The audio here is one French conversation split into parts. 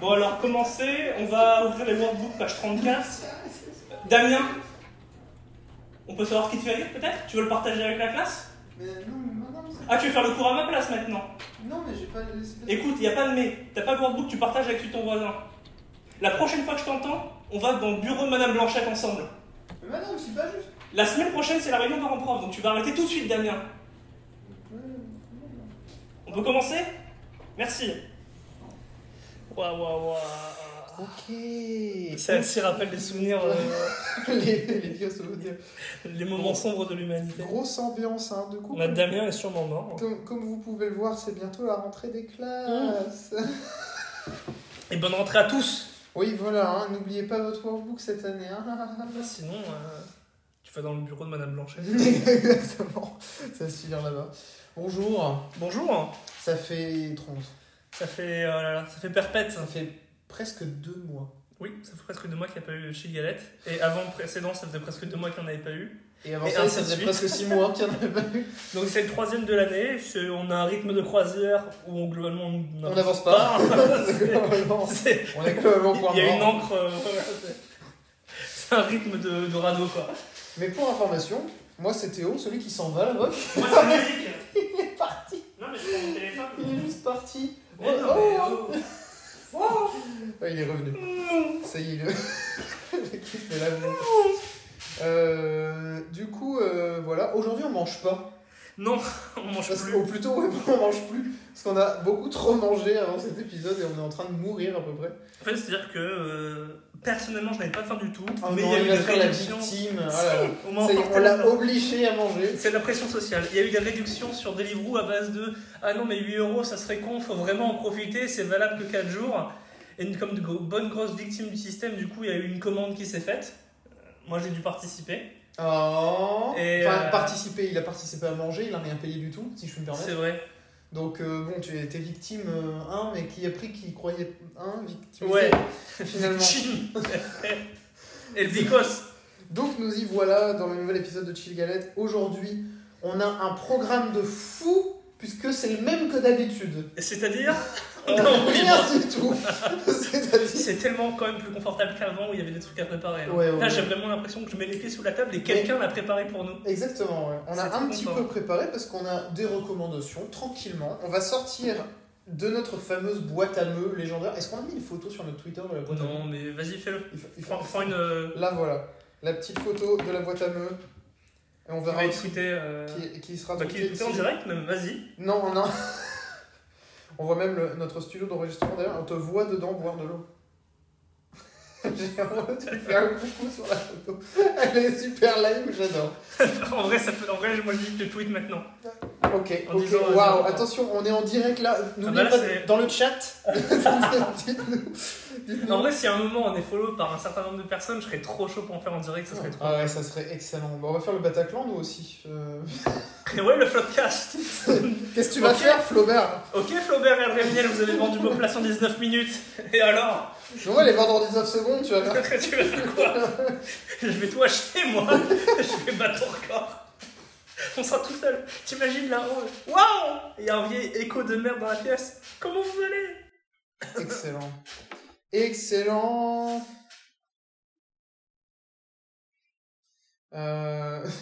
Bon, alors commencez, on va ouvrir les workbooks page 34. Damien, on peut savoir qui tu vas lire peut-être Tu veux le partager avec la classe Mais non, mais madame, c'est- Ah, tu veux faire le cours à ma place maintenant Non, mais j'ai pas de l'espèce. Écoute, il a pas de mais. T'as pas de workbook, tu partages avec celui de ton voisin. La prochaine fois que je t'entends, on va dans le bureau de Madame Blanchette ensemble. Mais madame, c'est pas juste. La semaine prochaine, c'est la réunion parents prof, donc tu vas arrêter tout de suite, Damien. Ouais, ouais. On peut commencer Merci. Waouh, waouh, waouh. Ok. Ça, ça rappelle des souvenirs, euh, les, les vieux souvenirs. les moments sombres de l'humanité. Grosse ambiance, hein, de coup. Notre Damien est sûrement mort. Comme, comme vous pouvez le voir, c'est bientôt la rentrée des classes. Mmh. Et bonne rentrée à tous Oui, voilà, hein, n'oubliez pas votre workbook cette année. hein. Sinon, euh, tu vas dans le bureau de Madame Blanchet. Exactement, ça se file là-bas. Bonjour, Bonjour ça fait 30. Ça fait, oh là là, ça fait perpète. Ça fait presque deux mois. Oui, ça fait presque deux mois qu'il n'y a pas eu chez Galette. Et avant le précédent, ça faisait presque deux mois qu'il n'y en avait pas eu. Et avant Et ça, ainsi ça de faisait suite. presque six mois qu'il n'y en avait pas eu. Donc c'est le troisième de l'année. C'est- On a un rythme de croisière où on, globalement on On n'avance pas. C'est globalement- C'est- On est globalement point Il y a une mort. encre. euh, voilà, c'est- c'est un rythme de, de radeau quoi. Mais pour information, moi c'est Théo, celui qui s'en va là-bas. Moi c'est magique. Il est parti, Non mais je prends mon il est téléphone. juste parti. Mais Oh, non, mais, oh, oh. Ah, il est revenu. Ça y est, le, le mec, il fait la boue. Euh, du coup, euh, voilà. Aujourd'hui, on mange pas. Non, on mange Parce plus. qu'au plus tôt, ouais, on mange plus. Parce qu'on a beaucoup trop mangé avant cet épisode et on est en train de mourir à peu près. En fait, c'est-à-dire que euh, personnellement, je n'avais pas faim du tout. Ah, mais non, il y a eu va des faire la réductions. victime. Ah là là. Si, on m'en Ça y est, on parle l'a tellement. obligé à manger. C'est de la pression sociale. Il y a eu des réductions sur Deliveroo à base de Ah non, mais 8 euros, ça serait con, faut vraiment en profiter, c'est valable que 4 jours. Et une- comme de gro- bonne grosse victime du système, du coup, il y a eu une commande qui s'est faite. Euh, Moi, j'ai dû participer. Oh. Et, enfin, euh, participer, il a participé à manger, il a rien payé du tout, si je peux me permettre. C'est vrai. Donc euh, bon, tu étais victime 1, mais qui a pris qui croyait 1 victime Ouais. finalement. Chine. Et le Vicos. Donc nous y voilà dans le nouvel épisode de Chill Galette. Aujourd'hui, on a un programme de fou puisque c'est le même que d'habitude. C'est-à-dire On a Non, oui, rien du tout. C'est-à-dire C'est tellement quand même plus confortable qu'avant où il y avait des trucs à préparer. là. Ouais, ouais, Là, j'ai ouais. vraiment l'impression que je mets les pieds sous la table et quelqu'un l'a préparé pour nous. Exactement, ouais. on a C'est un trop petit fort. peu préparé parce qu'on a des recommandations tranquillement. On va sortir de notre fameuse boîte à meux légendaire. Est-ce qu'on a mis une photo sur notre Twitter de la boîte à meux Oh Non, mais vas-y, fais-le. Il faut- il faut- Prends prends une. euh, Là voilà, la petite photo de la boîte à meux. Et on qui va verra être tweetée, euh, qui, qui sera Bah, qui tweetée est en ici. direct, même, vas-y. Non, non. on voit même le- notre studio d'enregistrement d'ailleurs, on te voit dedans boire de l'eau. J'ai envie de lui faire un coucou sur la photo. Elle est super live, j'adore. en, vrai, ça peut- en vrai, moi je dis que le tweet maintenant. Ok, En ok, disant, euh, waouh, non. attention, on est en direct là. N'oubliez bah là, pas, c'est- dans le chat, dites-nous. En dites-nous. vrai, si à un moment on est follow par un certain nombre de personnes, je serais trop chaud pour en faire en direct, ça serait trop. Ah ouais, ça serait excellent. Bon, on va faire le Bataclan nous aussi. Euh, Et ouais, le Flopcast Qu'est-ce que tu vas Ok. faire, Flaubert Ok, Flaubert et Adrien Miel, vous avez vendu vos places en 19 minutes. Et alors On va les vendre en 19 secondes, tu vas Tu faire. vas faire quoi Je vais tout acheter, moi Je vais battre ton record On sera tout seul. T'imagines là oh, Waouh Il y a un vieil écho de merde dans la pièce. Comment vous allez Excellent. Excellent. Euh...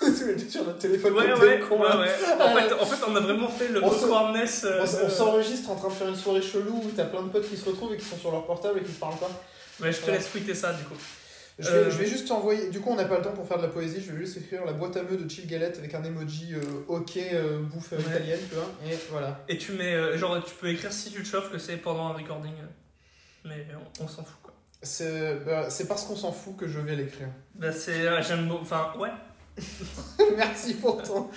Tous les deux sur notre téléphone. Ouais, comme ouais, des ouais, cons, là. ouais. En fait, en fait, hein. on a vraiment fait le On se- awkwardness. euh, On s- on de- s'enregistre en train de faire une soirée chelou où t'as plein de potes qui se retrouvent et qui sont sur leur portable et qui se parlent pas. Ouais, je te Ouais. laisse tweeter ça du coup. Je vais, Euh. je vais juste t'envoyer. Du coup, on n'a pas le temps pour faire de la poésie. Je vais juste écrire la boîte à meux de Chill Galette avec un emoji euh, ok euh, bouffe euh, Ouais. italienne, tu vois. Et voilà. Et tu mets, euh, genre, tu peux écrire si tu te chauffes que c'est pendant un recording. euh, Mais on, on s'en fout quoi. C'est bah, c'est parce qu'on s'en fout que je vais l'écrire. Bah, c'est, euh, j'aime beaucoup. Enfin, ouais, Merci pour ton.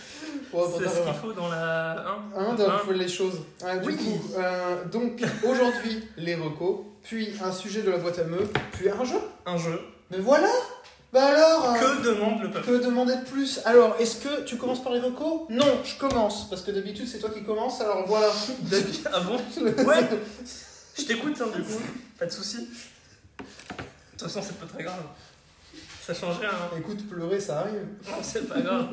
pour- pour c'est ta ce remarque. qu'il faut dans la. Hein Hein, Hein faut les choses. Ah, du Oui. coup, euh, donc aujourd'hui, les recos, puis un sujet de la boîte à meux, puis un jeu. un jeu. Mais voilà Bah alors euh, Que demande le peuple que demander de plus Alors, est-ce que tu commences par les recos Non, je commence, parce que d'habitude c'est toi qui commences, alors voilà. Ah bon Ouais Je t'écoute, hein, du coup. Pas de soucis. De toute façon, c'est pas très grave. Ça change rien. hein. Écoute, pleurer, ça arrive. Non, c'est pas grave.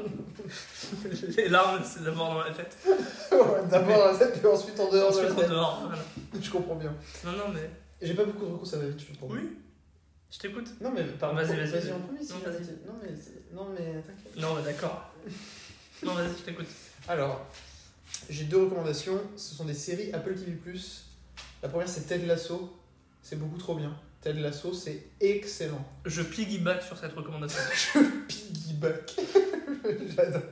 Les larmes, c'est d'abord dans la tête. Ouais, D'abord à la tête, puis ensuite en dehors de Ensuite, la on tête. dehors. voilà. Je comprends bien. Non, non, mais. Et J'ai pas beaucoup de recours, ça va vite, je comprends. Oui Je t'écoute. Non, mais par Vas-y, vas-y, vas-y, vas-y, vas-y. en premier, si Non, je- vas-y. Non, mais, c'est- non, mais t'inquiète. Non, mais d'accord. Non, vas-y, je t'écoute. Alors, j'ai deux recommandations. Ce sont des séries Apple TV+. La première, c'est Ted Lasso. C'est beaucoup trop bien. Ted Lasso, c'est excellent. Je piggyback sur cette recommandation. Piggyback. J'adore.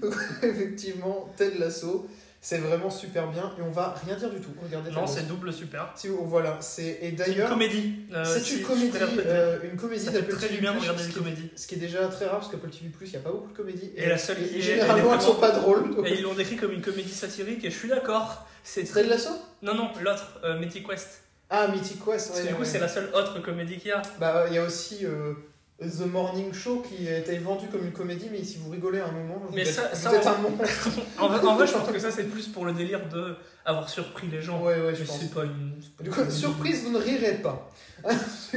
Donc, Effectivement, Ted Lasso, c'est vraiment super bien. Et on va rien dire du tout. Regardez non, Ted c'est Lasso. double super. Si vous- voilà, c'est et C'est une d'ailleurs comédie. Euh, c'est si- une je comédie, préfère peut-être. euh, une comédie ça fait d'Apple très TV+, du bien de regarder ce des qui- comédies. ce qui est déjà très rare parce qu'Apple TV+, il n'y a pas beaucoup de comédies. Et la seule qui est- elle est généralement, elles vraiment- sont pas drôles. donc. Et ils l'ont décrit comme une comédie satirique et je suis d'accord. C'est très. Ted Lasso Non, non, l'autre, euh, Mythic Quest. Ah, Mythic Quest. Parce que ouais, du coup, ouais. c'est la seule autre comédie qu'il y a. Bah, il y a aussi euh, The Morning Show qui a été vendu comme une comédie, mais si vous rigolez à un moment, vous Mais êtes, ça- vous ça, êtes on- un monstre. En vrai, en vrai, je pense que ça, c'est plus pour le délire de avoir surpris les gens. Ouais, ouais, je Mais pense. c'est pas une. c'est pas Du une coup, comédie. surprise, vous ne rirez pas.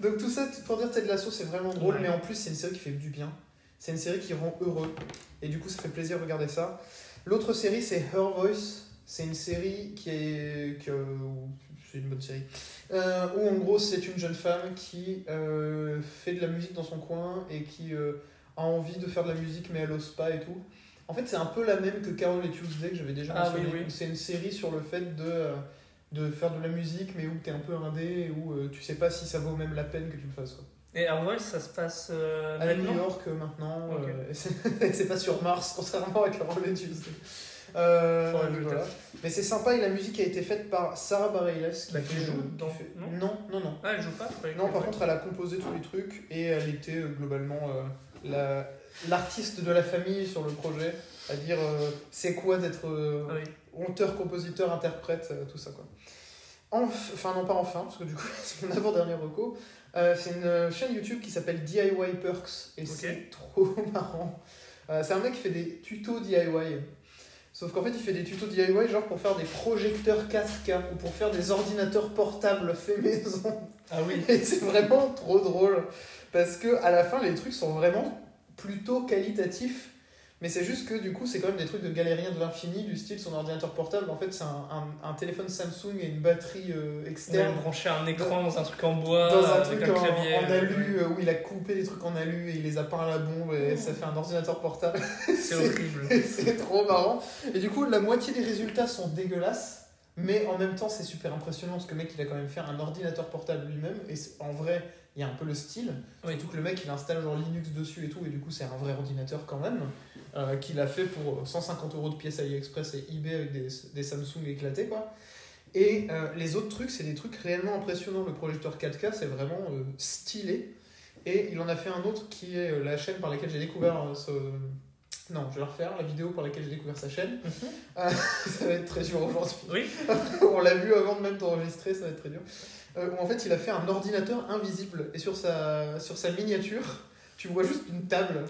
Donc tout ça pour dire Ted Lasso, c'est vraiment drôle, Ouais. mais en plus c'est une série qui fait du bien. C'est une série qui rend heureux, et du coup ça fait plaisir de regarder ça. L'autre série, c'est Her Voice. C'est une série qui est que c'est une bonne série. Euh, où en gros c'est une jeune femme qui euh, fait de la musique dans son coin et qui euh, a envie de faire de la musique mais elle ose pas et tout. En fait c'est un peu la même que Carol et Tuesday que j'avais déjà Ah oui, mentionné. oui. C'est une série sur le fait de, euh, de faire de la musique mais où t'es un peu indé et où euh, tu sais pas si ça vaut même la peine que tu le fasses. quoi. Et en vrai, ça se passe. euh, À New maintenant York euh, maintenant, Ok. euh, et c'est c'est pas sur Mars contrairement à Carol et Tuesday. Euh, Faudrait que je voilà. tape. Mais c'est sympa et la musique a été faite par Sarah Bareilles qui, Bah, qui fait, joue euh, dans- fait- non non, non, non. Ah, elle joue pas je croyais Non, que- par contre, elle a composé tous les trucs et elle était euh, globalement euh, la- l'artiste de la famille sur le projet, à dire euh, c'est quoi d'être Ah euh, oui. auteur, compositeur, interprète, euh, tout ça quoi. Enf- Enfin, non, pas enfin, parce que du coup, c'est mon avant-dernier recours. Euh, c'est une euh, chaîne YouTube qui s'appelle DIY Perks et c'est trop marrant. Euh, c'est un mec qui fait des tutos DIY. Sauf qu'en fait, il fait des tutos DIY genre pour faire des projecteurs 4K ou pour faire des ordinateurs portables faits maison. Ah oui. Et c'est vraiment trop drôle parce que à la fin les trucs sont vraiment plutôt qualitatifs mais c'est juste que du coup c'est quand même des trucs de galérien de l'infini du style son ordinateur portable en fait c'est un, un- un téléphone Samsung et une batterie euh, C'était externe branché à un écran dans un truc en bois, dans un Ah, avec truc un en, clavier. en alu ouais. euh, où il a coupé des trucs en alu et il les a peints à la bombe et Mmh. ça fait un ordinateur portable C'est horrible. c'est trop marrant et du coup la moitié des résultats sont dégueulasses mais en même temps, c'est super impressionnant parce que le mec, il a quand même fait un ordinateur portable lui-même. Et c'est- en vrai, il y a un peu le style. Ah Oui. Surtout que le mec il installe genre Linux dessus et tout, et du coup c'est un vrai ordinateur quand même, euh, qu'il a fait pour 150 euros de pièces AliExpress et eBay avec des, des Samsung éclatés quoi. Et euh, les autres trucs, c'est des trucs réellement impressionnants. Le projecteur 4K, c'est vraiment euh, stylé. Et il en a fait un autre qui est euh, la chaîne par laquelle j'ai découvert euh, ce. Non, je vais la refaire, la vidéo par laquelle j'ai découvert sa chaîne. Euh, ça va être très dur aujourd'hui. Oui. On l'a vu avant de même t'enregistrer, ça va être très dur. Euh, où en fait, il a fait un ordinateur invisible. Et sur sa, sur sa miniature, tu vois juste une table.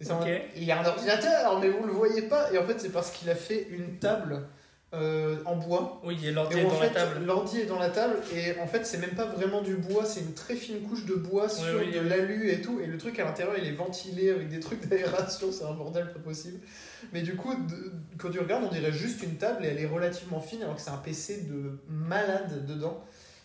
Et c'est en Ok. mode, Il y a un ordinateur, mais vous le voyez pas. Et en fait, c'est parce qu'il a fait une table euh, en bois. Oui, il y a Et l'ordi où, en dans la fait, table. L'ordi est dans la table. Et en fait, c'est même pas vraiment du bois, c'est une très fine couche de bois sur oui, de oui. l'alu et tout. Et le truc à l'intérieur, il est ventilé avec des trucs d'aération. C'est un bordel pas possible. Mais du coup, de- quand tu regardes, on dirait juste une table et elle est relativement fine alors que c'est un PC de malade dedans.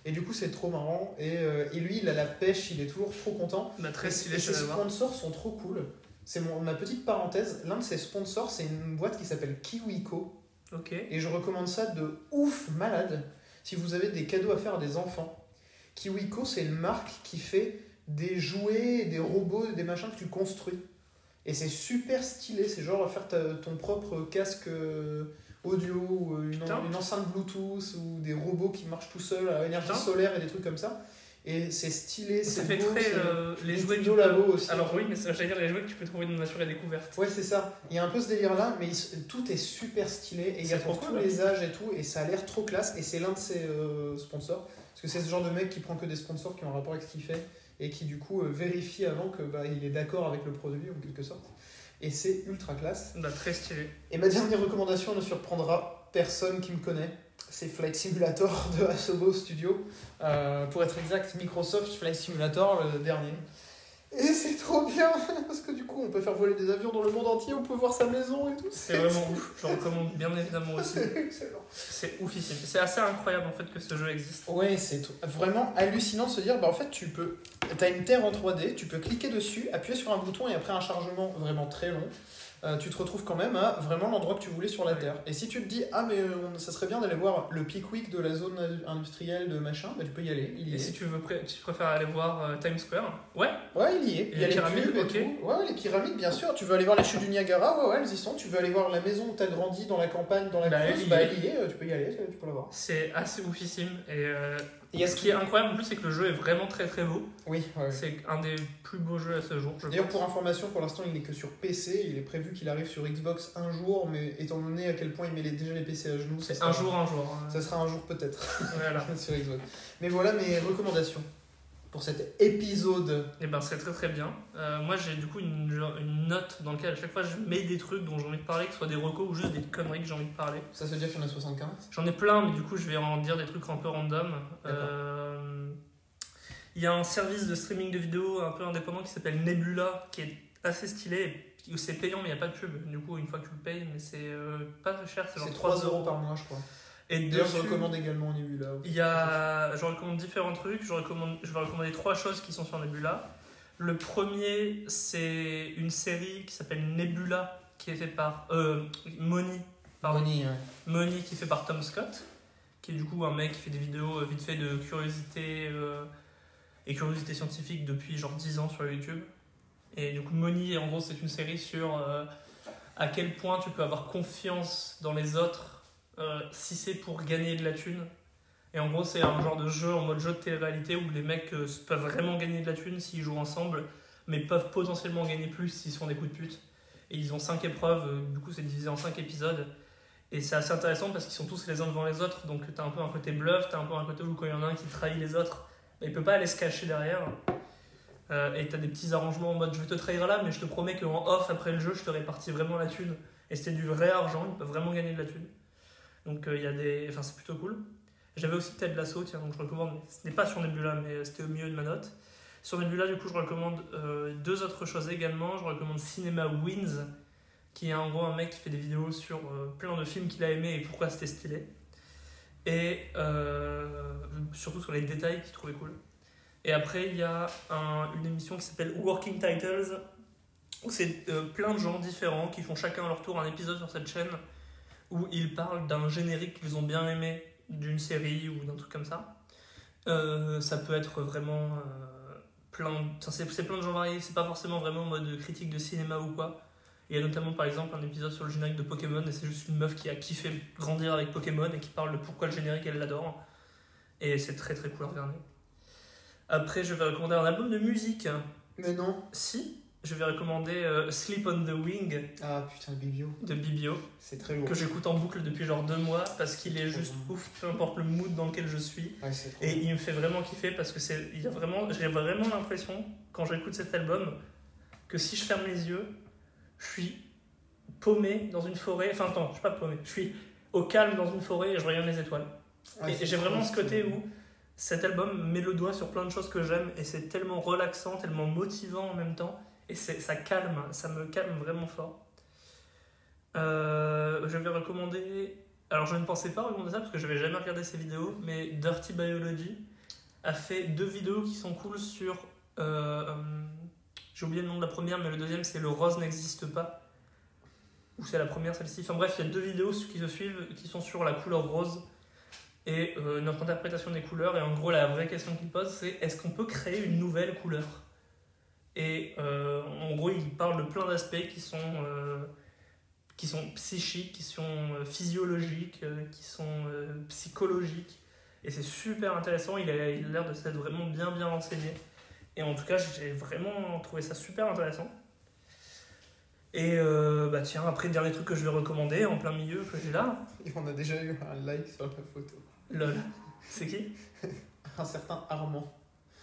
Et du coup, c'est trop marrant. Et, euh, et lui, il a la pêche, il est toujours trop content. Bah, très Et- stylé, et je ses vais voir. sponsors sont trop cool. C'est mon- ma petite parenthèse. L'un de ses sponsors, c'est une boîte qui s'appelle Kiwico. Ok. Et je recommande ça de ouf malade si vous avez des cadeaux à faire à des enfants. Kiwico, c'est une marque qui fait des jouets, des robots, des machins que tu construis. Et c'est super stylé. C'est genre faire ta- ton propre casque euh, audio, ou, euh, une, en- Putain. une enceinte Bluetooth ou des robots qui marchent tout seuls à énergie Putain. solaire et des trucs comme ça. Et c'est stylé, Ça c'est fait beau, très. c'est- euh, les jouets Studio Labo aussi. Alors oui, mais ça j'allais dire les jouets que tu peux trouver dans Nature et Découverte. Ouais, c'est ça. Il y a un peu ce délire-là, mais ils se- tout est super stylé. Et il y a C'est pour trop tous cool. les âges et tout. Et ça a l'air trop classe. Et c'est l'un de ses euh, sponsors. Parce que c'est ce genre de mec qui prend que des sponsors qui ont un rapport avec ce qu'il fait. Et qui, du coup, euh, vérifie avant que bah, il est d'accord avec le produit, en quelque sorte. Et c'est ultra classe. Bah, très stylé. Et ma dernière recommandation ne surprendra personne qui me connaît. C'est Flight Simulator de Asobo Studio. Euh, pour être exact, Microsoft Flight Simulator, le dernier. Et c'est trop bien Parce que du coup, on peut faire voler des avions dans le monde entier, on peut voir sa maison et tout. C'est vraiment ouf. Je le recommande bien évidemment aussi. C'est excellent. C'est oufissime. C'est assez incroyable en fait que ce jeu existe. Ouais, c'est tr- vraiment hallucinant de se dire, bah en fait, tu peux. T'as une terre en 3D, tu peux cliquer dessus, appuyer sur un bouton et après un chargement vraiment très long. euh, tu te retrouves quand même à vraiment l'endroit que tu voulais sur la Ouais. Terre. Et si tu te dis, ah mais euh, on- ça serait bien d'aller voir le Pickwick de la zone industrielle de machin, bah tu peux y aller. Il y Et est. si tu veux, pré- tu préfères aller voir euh, Times Square Ouais. Ouais, il y est. Et Il y les a les pyramides, ok. pyramides, Ouais, ouais, les pyramides, bien sûr. Tu veux aller voir les chutes du Niagara, ouais, ouais, elles y sont. Tu veux aller voir la maison où t'as grandi, dans la campagne, dans la Bah, Creuse, elle y bah, est. elle y est. euh, Tu peux y aller, tu peux la voir. C'est assez oufissime. Et, euh, Il y a ce qui est incroyable en plus, c'est que le jeu est vraiment très très beau. Oui, ouais, ouais. C'est un des plus beaux jeux à ce jour. je D'ailleurs, pense. pour information, pour l'instant, il n'est que sur PC. Il est prévu qu'il arrive sur Xbox un jour, mais étant donné à quel point il met les- déjà les PC à genoux, ça c'est sera- un jour, un jour. hein. Ça sera un jour peut-être Voilà. sur Xbox. Mais voilà mes recommandations pour cet épisode. Et ben c'est très très bien. Euh, moi j'ai du coup une, une note dans laquelle à chaque fois je mets des trucs dont j'ai envie de parler, que ce soit des recos ou juste des conneries que j'ai envie de parler. Ça veut dire qu'il y en a 75 J'en ai plein, mais du coup, je vais en dire des trucs un peu random. D'accord. Euh, Il y a un service de streaming de vidéos un peu indépendant qui s'appelle Nebula, qui est assez stylé. et C'est payant, mais il n'y a pas de pub. Du coup, une fois que tu le payes, mais c'est euh, pas très cher, c'est C'est genre 3 3 euros euros. par mois, je crois. Et D'ailleurs, je dessus, recommande également Nebula. Il y a, je recommande différents trucs. Je, recommande, je vais recommander trois choses qui sont sur Nebula. Le premier, c'est une série qui s'appelle Nebula, qui est faite par euh, Moni, pardon, Bonnie, ouais. Money qui est fait par Tom Scott, qui est du coup un mec qui fait des vidéos euh, vite fait de curiosité euh, et curiosité scientifique depuis genre 10 ans sur YouTube. Et du coup, Money, en gros, c'est une série sur euh, à quel point tu peux avoir confiance dans les autres euh, si c'est pour gagner de la thune. Et en gros, c'est un genre de jeu en mode jeu de télé-réalité où les mecs euh, peuvent vraiment gagner de la thune s'ils jouent ensemble, mais peuvent potentiellement gagner plus s'ils sont des coups de pute. Et ils ont 5 épreuves, euh, du coup, c'est divisé en 5 épisodes. Et c'est assez intéressant parce qu'ils sont tous les uns devant les autres, donc t'as un peu un côté bluff, t'as un peu un côté où quand il y en a un qui trahit les autres, bah, il peut pas aller se cacher derrière. Euh, et t'as des petits arrangements en mode je vais te trahir là, mais je te promets qu'en off après le jeu, je te répartis vraiment la thune. Et c'était du vrai argent, ils peuvent vraiment gagner de la thune. Donc euh, il y a des. Enfin, c'est plutôt cool. J'avais aussi Ted Lasso, tiens, donc je recommande, mais ce n'est pas sur Nebula, mais euh, c'était au milieu de ma note. Sur Nebula, du coup, je recommande euh, deux autres choses également. Je recommande Cinema Wins, qui est en gros un mec qui fait des vidéos sur euh, plein de films qu'il a aimé et pourquoi c'était stylé. Et euh, surtout sur les détails qu'il trouvait cool. Et après, il y a un- une émission qui s'appelle Working Titles, où c'est euh, plein de gens différents qui font chacun à leur tour un épisode sur cette chaîne, où ils parlent d'un générique qu'ils ont bien aimé, d'une série ou d'un truc comme ça. Euh, ça peut être vraiment euh, plein... enfin, C'est c'est plein de gens variés, c'est pas forcément vraiment en mode critique de cinéma ou quoi. Il y a notamment par exemple un épisode sur le générique de Pokémon et c'est juste une meuf qui a kiffé grandir avec Pokémon et qui parle de pourquoi le générique elle l'adore. Et c'est très très cool à regarder. Après, je vais recommander un album de musique. Mais non. Si, je vais recommander euh, Sleep on the Wing Ah putain, Bibio, de Bibio c'est très lourd. que j'écoute en boucle depuis genre deux mois parce qu'il est juste Mhm. ouf, peu importe le mood dans lequel je suis. Ouais, c'est trop Et lourd. il me fait vraiment kiffer parce que c'est, il y a vraiment, j'ai vraiment l'impression quand j'écoute cet album que si je ferme les yeux, je suis paumé dans une forêt. Enfin attends, je suis pas paumé, je suis au calme dans une forêt et je regarde les étoiles. Ouais, et c'est j'ai trop vraiment ce stylé. côté où cet album met le doigt sur plein de choses que j'aime et c'est tellement relaxant, tellement motivant en même temps et c'est, ça calme, ça me calme vraiment fort. Euh, je vais recommander alors je ne pensais pas recommander ça parce que je n'avais jamais regardé ces vidéos, mais Dirty Biology a fait deux vidéos qui sont cool sur... euh, euh, J'ai oublié le nom de la première, mais le deuxième c'est Le rose n'existe pas. Ou c'est la première celle-ci. Enfin bref, il y a deux vidéos qui se suivent qui sont sur la couleur rose et euh, notre interprétation des couleurs. Et en gros, la vraie question qu'il pose, c'est est-ce qu'on peut créer une nouvelle couleur Et euh, en gros, il parle de plein d'aspects qui sont... euh, qui sont psychiques, qui sont euh, physiologiques, euh, qui sont euh, psychologiques. Et c'est super intéressant, il a il a l'air de s'être vraiment bien bien renseigné. Et en tout cas, j'ai vraiment trouvé ça super intéressant. Et euh, bah tiens, après, dernier truc que je vais recommander en plein milieu que j'ai là, Et on a déjà eu un like sur la photo. lol, c'est qui Un certain Armand.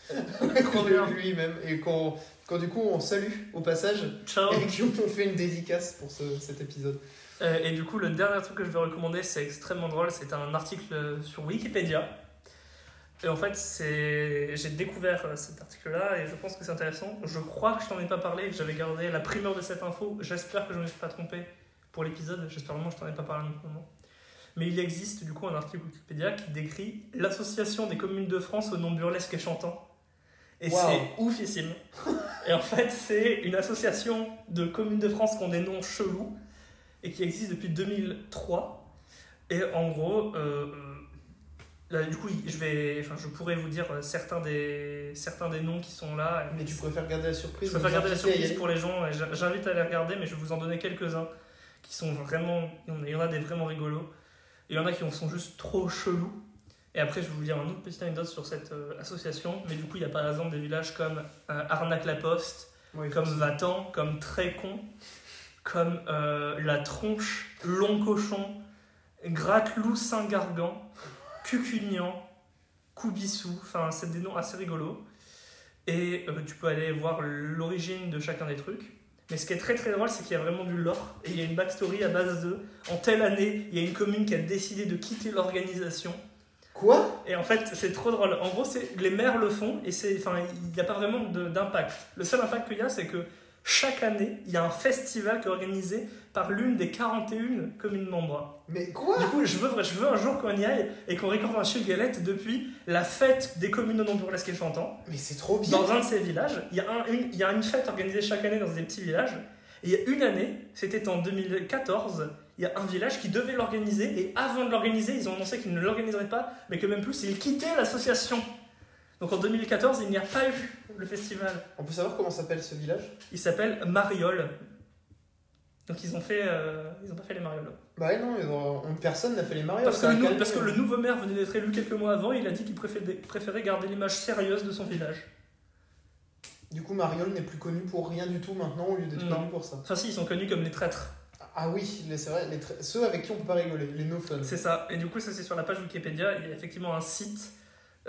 Trop bien. Lui-même. Et quand, quand du coup on salue au passage Ciao et qu'on fait une dédicace pour ce- cet épisode. Euh, et du coup, le dernier truc que je vais recommander, c'est extrêmement drôle, c'est un article euh, sur Wikipédia Et en fait, c'est... j'ai découvert euh, cet article-là et je pense que c'est intéressant. Je crois que je t'en ai pas parlé, que j'avais gardé la primeur de cette info. J'espère que je ne me suis pas trompé pour l'épisode. J'espère vraiment que je t'en ai pas parlé non plus, non. Mais il existe du coup un article Wikipédia qui décrit l'association des communes de France au nom burlesque et chantant. Et Wow. c'est oufissime. et en fait, c'est une association de communes de France qui ont des noms chelous et qui existe depuis 2003. Et en gros, euh, là, du coup, je, vais, enfin, je pourrais vous dire euh, certains des, certains des noms qui sont là. Mais tu préfères garder la surprise. Je préfère garder la nous inviter à y surprise aller. pour les gens. et j'a- J'invite à les regarder, mais je vais vous en donner quelques-uns qui sont vraiment. Il y en a des vraiment rigolos. Il y en a qui en sont juste trop chelous. Et après, je vais vous dire une autre petite anecdote sur cette euh, association. Mais du coup, il y a par exemple des villages comme euh, Arnaque la Poste, Ouais, comme Vatan, comme Trécon, comme euh, La Tronche, Long Cochon, Gratlou Saint-Gargan, Cucugnan, Koubissou. Enfin, c'est des noms assez rigolos. Et euh, tu peux aller voir l'origine de chacun des trucs. Mais ce qui est très très drôle, c'est qu'il y a vraiment du lore et il y a une backstory à base de en telle année, il y a une commune qui a décidé de quitter l'organisation. Quoi Et en fait, c'est trop drôle. En gros, c'est les maires le font et c'est, enfin, il n'y a pas vraiment de- d'impact. Le seul impact qu'il y a, c'est que chaque année, il y a un festival qui est organisé par l'une des 41 communes membres. Mais quoi Du coup, je veux, je veux un jour qu'on y aille et qu'on récorde un chef galette depuis la fête des communes non burlesques et chantants. Mais c'est trop bien. Dans un de ces villages, il y, a un- une, il y a une fête organisée chaque année dans des petits villages. Et il y a une année, c'était en 2014, il y a un village qui devait l'organiser. Et avant de l'organiser, ils ont annoncé qu'ils ne l'organiseraient pas, mais que même plus, ils quittaient l'association. Donc en 2014, il n'y a pas eu le festival. On peut savoir comment s'appelle ce village Il s'appelle Mariol. Donc ils ont fait, euh, ils ont pas fait les marioles. Bah ouais, non, mais on- personne n'a fait les mariages. Parce que, ça le a nou- calmé. parce que le nouveau maire venait d'être élu quelques mois avant, et il a dit qu'il préfé- préférait garder l'image sérieuse de son village. Du coup, Mariol n'est plus connu pour rien du tout maintenant au lieu d'être Non. connu pour ça. Enfin si, ils sont connus comme les traîtres. Ah oui, les- c'est vrai, les tra- ceux avec qui on peut pas rigoler, les no fun. C'est ça. Et du coup, ça c'est sur la page Wikipédia. Il y a effectivement un site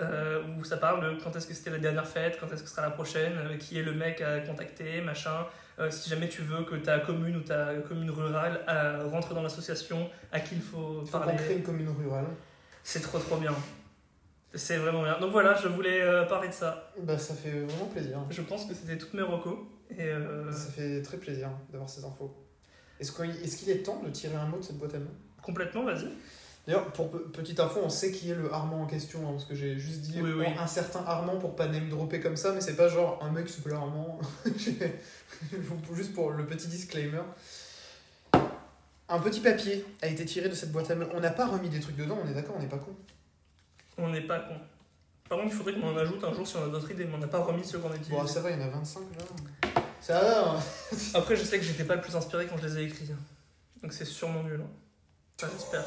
euh, où ça parle de quand est-ce que c'était la dernière fête, quand est-ce que ce sera la prochaine, euh, qui est le mec à contacter, machin. Euh, si jamais tu veux que ta commune ou ta commune rurale euh, rentre dans l'association, à qui il faut Il faut qu'on parler. crée une commune rurale. C'est trop trop bien. C'est vraiment bien. Donc voilà, je voulais euh, parler de ça. Bah ça fait vraiment plaisir. Je pense que c'était toutes mes recos. Et euh, Ah, Ça fait très plaisir d'avoir ces infos. Est-ce qu'on- est-ce qu'il est temps de tirer un mot de cette boîte à mots complètement, vas-y. D'ailleurs, pour pe- petite info, on sait qui est le Armand en question, hein, parce que j'ai juste dit Oui, bon, oui. un certain Armand pour pas name dropper comme ça, mais c'est pas genre un mec qui s'appelle Armand. J'ai- juste pour le petit disclaimer. Un petit papier a été tiré de cette boîte à mail. On n'a pas remis des trucs dedans, on est d'accord, on n'est pas con. On n'est pas con. Par contre, il faudrait qu'on en ajoute un jour si on a d'autres idées, mais on n'a pas remis ceux qu'on a utilisés. Bon, ça va, il y en a 25 là. Ça va, hein. Après, je sais que j'étais pas le plus inspiré quand je les ai écrits. hein. Donc c'est sûrement nul. hein. Enfin, j'espère.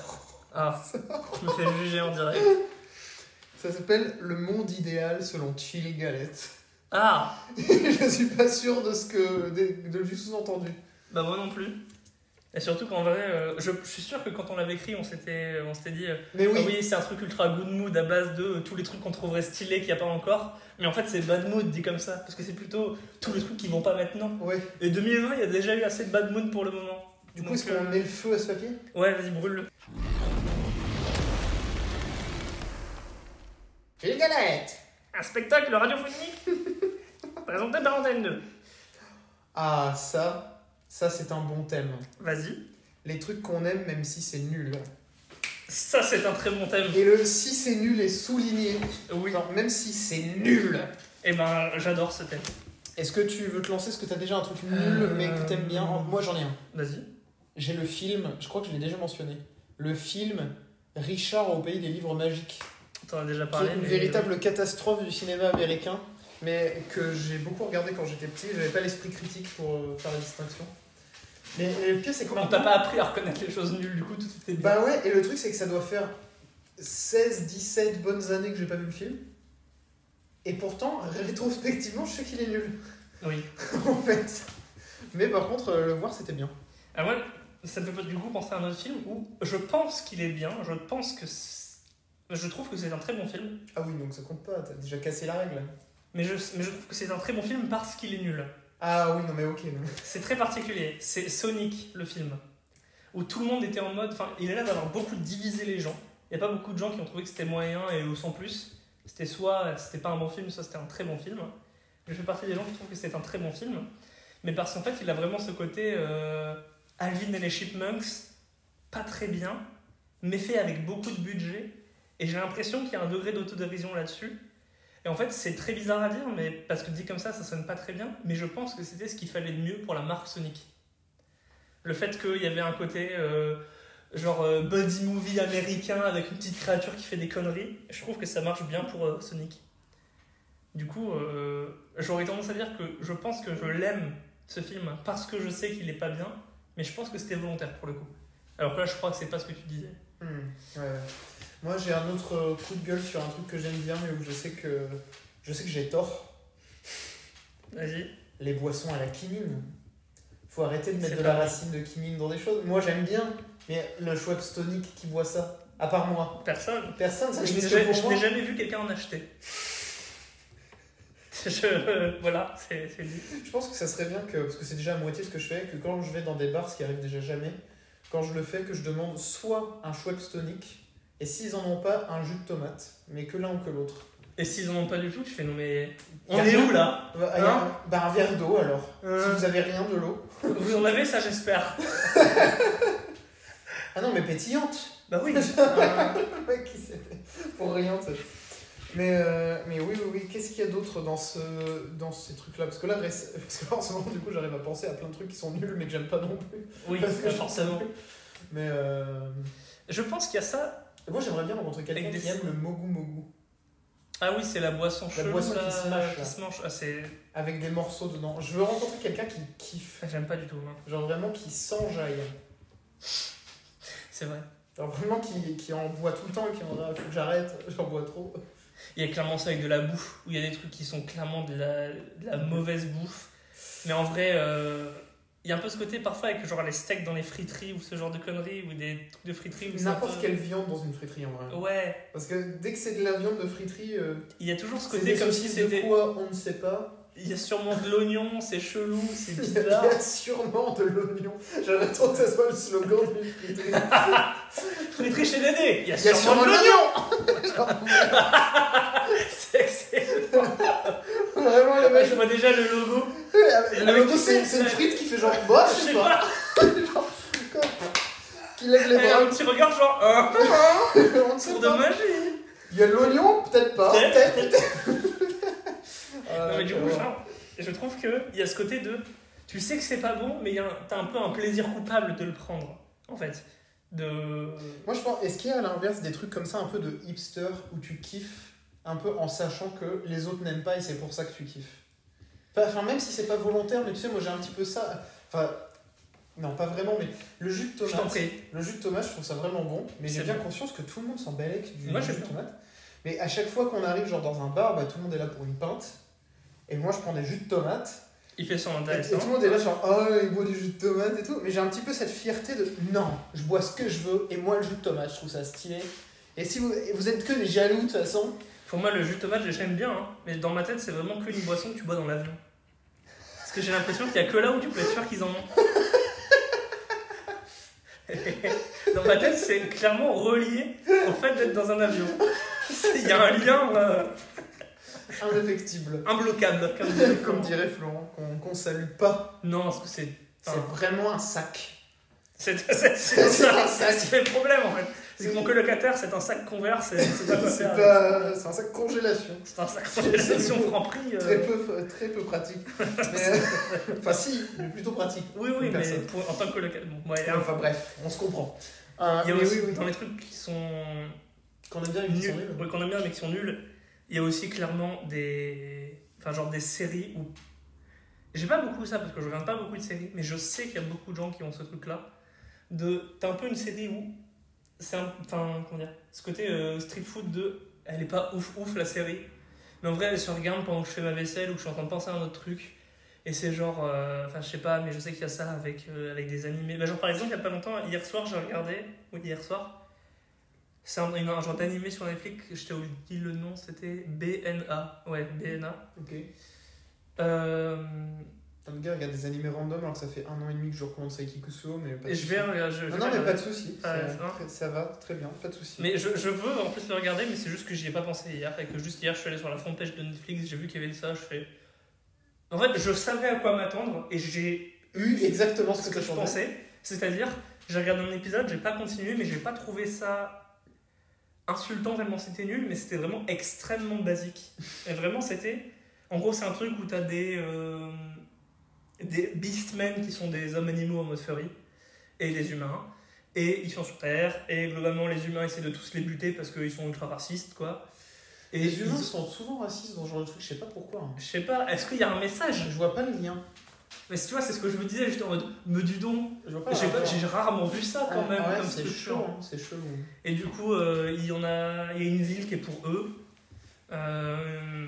Ah, je me fais juger en direct. ça s'appelle Le monde idéal selon Chill Galette. Ah, je suis pas sûr de ce que de, de- du sous-entendu. bah moi non plus. Et surtout qu'en vrai, euh, je, je suis sûr que quand on l'avait écrit, on s'était on s'était dit euh, Mais Ah Eh oui, oui, c'est un truc ultra good mood à base de euh, tous les trucs qu'on trouverait stylés qu'il n'y a pas encore. Mais en fait, c'est bad mood dit comme ça. Parce que c'est plutôt tous les trucs qui vont pas maintenant. ouais. Et 2020, il y a déjà eu assez de bad mood pour le moment. Du coup, Donc, euh, est-ce qu'on met le feu à ce papier Ouais, vas-y, brûle-le. Chill Galette Un spectacle radiophonique présenté par Antenne 2. Ah, ça, ça c'est un bon thème. Vas-y. Les trucs qu'on aime même si c'est nul. Ça, c'est un très bon thème. Et le si c'est nul est souligné. Oui. Genre, même si c'est nul. Et ben, j'adore ce thème. Est-ce que tu veux te lancer Est-ce que t'as déjà un truc nul Euh, mais que t'aimes bien Moi j'en ai un. Vas-y. J'ai le film, je crois que je l'ai déjà mentionné. Le film Richard au pays des livres magiques. T'en as déjà qui parlé. est une mais- euh, véritable catastrophe du cinéma américain, mais que j'ai beaucoup regardé quand j'étais petit. J'avais pas l'esprit critique pour euh, faire la distinction. Mais et le pire, c'est Comment qu'on t'as pas appris à reconnaître les choses nulles, du coup, tout était bien. Bah ouais, et le truc, c'est que ça doit faire 16, 17 bonnes années que j'ai pas vu le film. Et pourtant, rétrospectivement, je sais qu'il est nul, Oui. en fait. Mais par contre, euh, le voir, c'était bien. Ah, moi, ça me fait du coup penser à un autre film où je pense qu'il est bien, je pense que. c'est- Je trouve que c'est un très bon film, Ah oui, donc ça compte pas, t'as déjà cassé la règle. mais je, mais je trouve que c'est un très bon film parce qu'il est nul. Ah oui, non mais ok. non. C'est très particulier. C'est Sonic, le film. Où tout le monde était en mode. Enfin, il a l'air d'avoir beaucoup divisé les gens. Il n'y a pas beaucoup de gens qui ont trouvé que c'était moyen et ou sans plus. C'était soit c'était pas un bon film, soit c'était un très bon film. Je fais partie des gens qui trouvent que c'est un très bon film, mais parce qu'en fait, il a vraiment ce côté euh, Alvin et les Chipmunks, pas très bien, mais fait avec beaucoup de budget. Et j'ai l'impression qu'il y a un degré d'autodérision là-dessus. Et en fait, c'est très bizarre à dire, mais parce que dit comme ça, ça sonne pas très bien. Mais je pense que c'était ce qu'il fallait de mieux pour la marque Sonic. Le fait qu'il y avait un côté euh, genre euh, buddy movie américain avec une petite créature qui fait des conneries, je trouve que ça marche bien pour euh, Sonic. Du coup, euh, j'aurais tendance à dire que je pense que je l'aime ce film parce que je sais qu'il est pas bien, mais je pense que c'était volontaire pour le coup. Alors que là, je crois que c'est pas ce que tu disais. Hmm, ouais. Moi, j'ai un autre euh, coup de gueule sur un truc que j'aime bien, mais où je sais que je sais que j'ai tort. Vas-y. Les boissons à la quinine. Faut arrêter de mettre C'est de la pas vrai. racine de quinine dans des choses. Moi, j'aime bien, mais le Schweppes tonic qui boit ça, à part moi, Personne. personne. Ça Ah, Je n'ai existe jamais, pour je moi. n'ai jamais vu quelqu'un en acheter. Je, euh, voilà, c'est c'est dit. Je pense que ça serait bien que, parce que c'est déjà à moitié ce que je fais, que quand je vais dans des bars, ce qui arrive déjà jamais, quand je le fais, que je demande soit un Schweppes tonic, et s'ils en ont pas, un jus de tomate, mais que l'un ou que l'autre. Et s'ils en ont pas du tout, tu fais non mais. On Y a est rien. où là Bah, y a Hein un- bah, un verre d'eau alors. Euh. Si vous avez rien de l'eau. Vous en avez ça, j'espère. Ah non, mais pétillante Bah oui. Euh, Le mec, il s'est fait Pour rien, tu sais. mais, euh, mais oui, oui, oui. Qu'est-ce qu'il y a d'autre dans, ce, dans ces trucs-là Parce que là, réc- parce que là, en ce moment, du coup, j'arrive à penser à plein de trucs qui sont nuls, mais que j'aime pas non plus. oui, Parce que ça, forcément. Mais euh, Je pense qu'il y a ça. moi, j'aimerais bien rencontrer quelqu'un Avec des- qui aime le mogu mogu. Ah oui, c'est la boisson La chelou boisson qui là, se mâche, qui là. se mange. Ah, c'est. Avec des morceaux dedans. Je veux rencontrer quelqu'un qui kiffe. J'aime pas du tout. hein. Genre vraiment qui s'enjaille. C'est vrai. Genre vraiment qui, qui en boit tout le temps et qui en a, faut que j'arrête, j'en bois trop. Il y a clairement ça avec de la bouffe, où il y a des trucs qui sont clairement de la, de la mauvaise bouffe. Mais en vrai, euh, il y a un peu ce côté parfois avec genre les steaks dans les friteries ou ce genre de conneries ou des trucs de friterie. où c'est un N'importe peu- quelle viande dans une friterie en vrai. Oh. Ouais, Parce que dès que c'est de la viande de friterie, euh, il y a toujours ce c'est côté des comme si saucisses de c'était. quoi on ne sait pas. Il y a sûrement de l'oignon, c'est chelou, c'est Il y a bizarre. il y a sûrement de l'oignon. J'aimerais trop que ça soit le slogan d'une friterie. Friterie chez Dédé, il y a Il y a sûrement de l'oignon. l'oignon C'est excellent. Vraiment les mecs. Je vois déjà le logo. Le Avec logo du sel, c'est c'est une ouais. frite qui fait genre bah je sais pas. Genre, quoi. Qui lève les Et bras. un petit regard genre, hein, On ne sait tour de pas. magie. Il y a de l'oignon Peut-être pas. Peut-être, Peut-être. Ah, Non, mais du euh, coup, genre, je trouve qu'il y a ce côté de. Tu sais que c'est pas bon, mais il y a un- t'as un peu un plaisir coupable de le prendre, en fait. De. Moi, je pense, est-ce qu'il y a à l'inverse des trucs comme ça, un peu de hipster, où tu kiffes un peu en sachant que les autres n'aiment pas et c'est pour ça que tu kiffes Pas- Enfin, même si c'est pas volontaire, mais tu sais, moi j'ai un petit peu ça. Enfin, non, pas vraiment, mais le jus de Je t'en tomate. prie. Le jus de tomate, je trouve ça vraiment bon, mais j'ai C'est bien bon. conscience que tout le monde s'en balèque du Moi, jus j'aime de bien. tomate. Mais à chaque fois qu'on arrive genre dans un bar, bah, tout le monde est là pour une pinte. Et moi, je prends des jus de tomate. Il fait son Et, et intéressant. tout le monde est là genre oh il boit du jus de tomate et tout mais j'ai un petit peu cette fierté de non je bois ce que je veux et moi le jus de tomate je trouve ça stylé et si vous, et vous êtes que des jaloux de toute façon Pour moi, le jus de tomate, je l'aime bien, hein, mais dans ma tête, c'est vraiment que une boisson que tu bois dans l'avion. Parce que j'ai l'impression qu'il y a que là où tu peux être sûr qu'ils en ont. dans ma tête, c'est clairement relié au fait d'être dans un avion. Il y a un lien euh, indéfectible imbloquable, comme comme dirait- dirait Florent qu'on qu'on salue pas Non, parce que c'est. c'est vraiment un sac C'est c'est- c'est C'est ça, un sac. c'est le problème en fait. C'est que mon colocataire, c'est un sac Converse, et c'est pas c'est possible. pas euh, c'est un sac congélation C'est un sac congélation Franprix. euh, très peu très peu pratique mais, euh, enfin si mais plutôt pratique Oui, oui, Une mais personne. pour- en tant que colocataire. Bon, ouais, hein. enfin bref on se comprend Euh, Il y a mais aussi oui, oui. dans les trucs qui sont qu'on aime bien une nuls, ouais, qu'on aime bien mais qui sont nuls, il y a aussi clairement des. Enfin, genre des séries où. J'ai pas beaucoup ça parce que je regarde pas beaucoup de séries, mais je sais qu'il y a beaucoup de gens qui ont ce truc-là. De. T'as un peu une série où. C'est un. Enfin, comment dire Ce côté euh, street food de. Elle est pas ouf ouf la série. Mais en vrai, elle se regarde pendant que je fais ma vaisselle ou que je suis en train de penser à un autre truc. Et c'est genre. euh, Enfin, je sais pas, mais je sais qu'il y a ça avec, euh, avec des animés. Bah, genre, par exemple, il y a pas longtemps, hier soir, j'ai regardé. Oui, hier soir. C'est un, un genre d'animé sur Netflix, je t'ai dit le nom, c'était BNA. Ouais, BNA. ok Euh, T'as Putain, le gars regarde des animés random alors que ça fait un an et demi que je recommande Saiki Kusuo, mais pas de Et je soucis. vais. euh, je- je Non, vais non, mais regarder. pas de soucis. Ah, ça, je- hein. très- ça va très bien, pas de soucis. Mais je, je veux en plus le regarder, mais c'est juste que j'y ai pas pensé hier. Et que juste hier, je suis allé sur la front page de Netflix, j'ai vu qu'il y avait ça, je fais. En fait, je savais à quoi m'attendre et j'ai Oui, exactement ce ce que, que tu je pensais. pensais. C'est-à-dire, j'ai regardé un épisode, j'ai pas continué, mais j'ai pas trouvé ça insultant tellement c'était nul, mais c'était vraiment extrêmement basique. Et vraiment, c'était. En gros, c'est un truc où t'as des. euh, des Beastmen qui sont des hommes animaux en mode furry et des humains. Et ils sont sur Terre, et globalement, les humains essaient de tous les buter parce qu'ils sont ultra racistes, quoi. Et Les humains ils- sont souvent racistes dans ce genre de truc, je sais pas pourquoi. hein. Je sais pas, est-ce qu'il y a un Je message vois pas le lien. Mais tu vois, c'est ce que je me disais, j'étais en mode, me dis donc, Je vois pas j'ai le pas- rapport. j'ai rarement vu ça quand Ah, même ouais, comme c'est structure. chaud, hein, c'est chelou. Et du coup, euh, il y en a, il y a une ville qui est pour eux. Euh,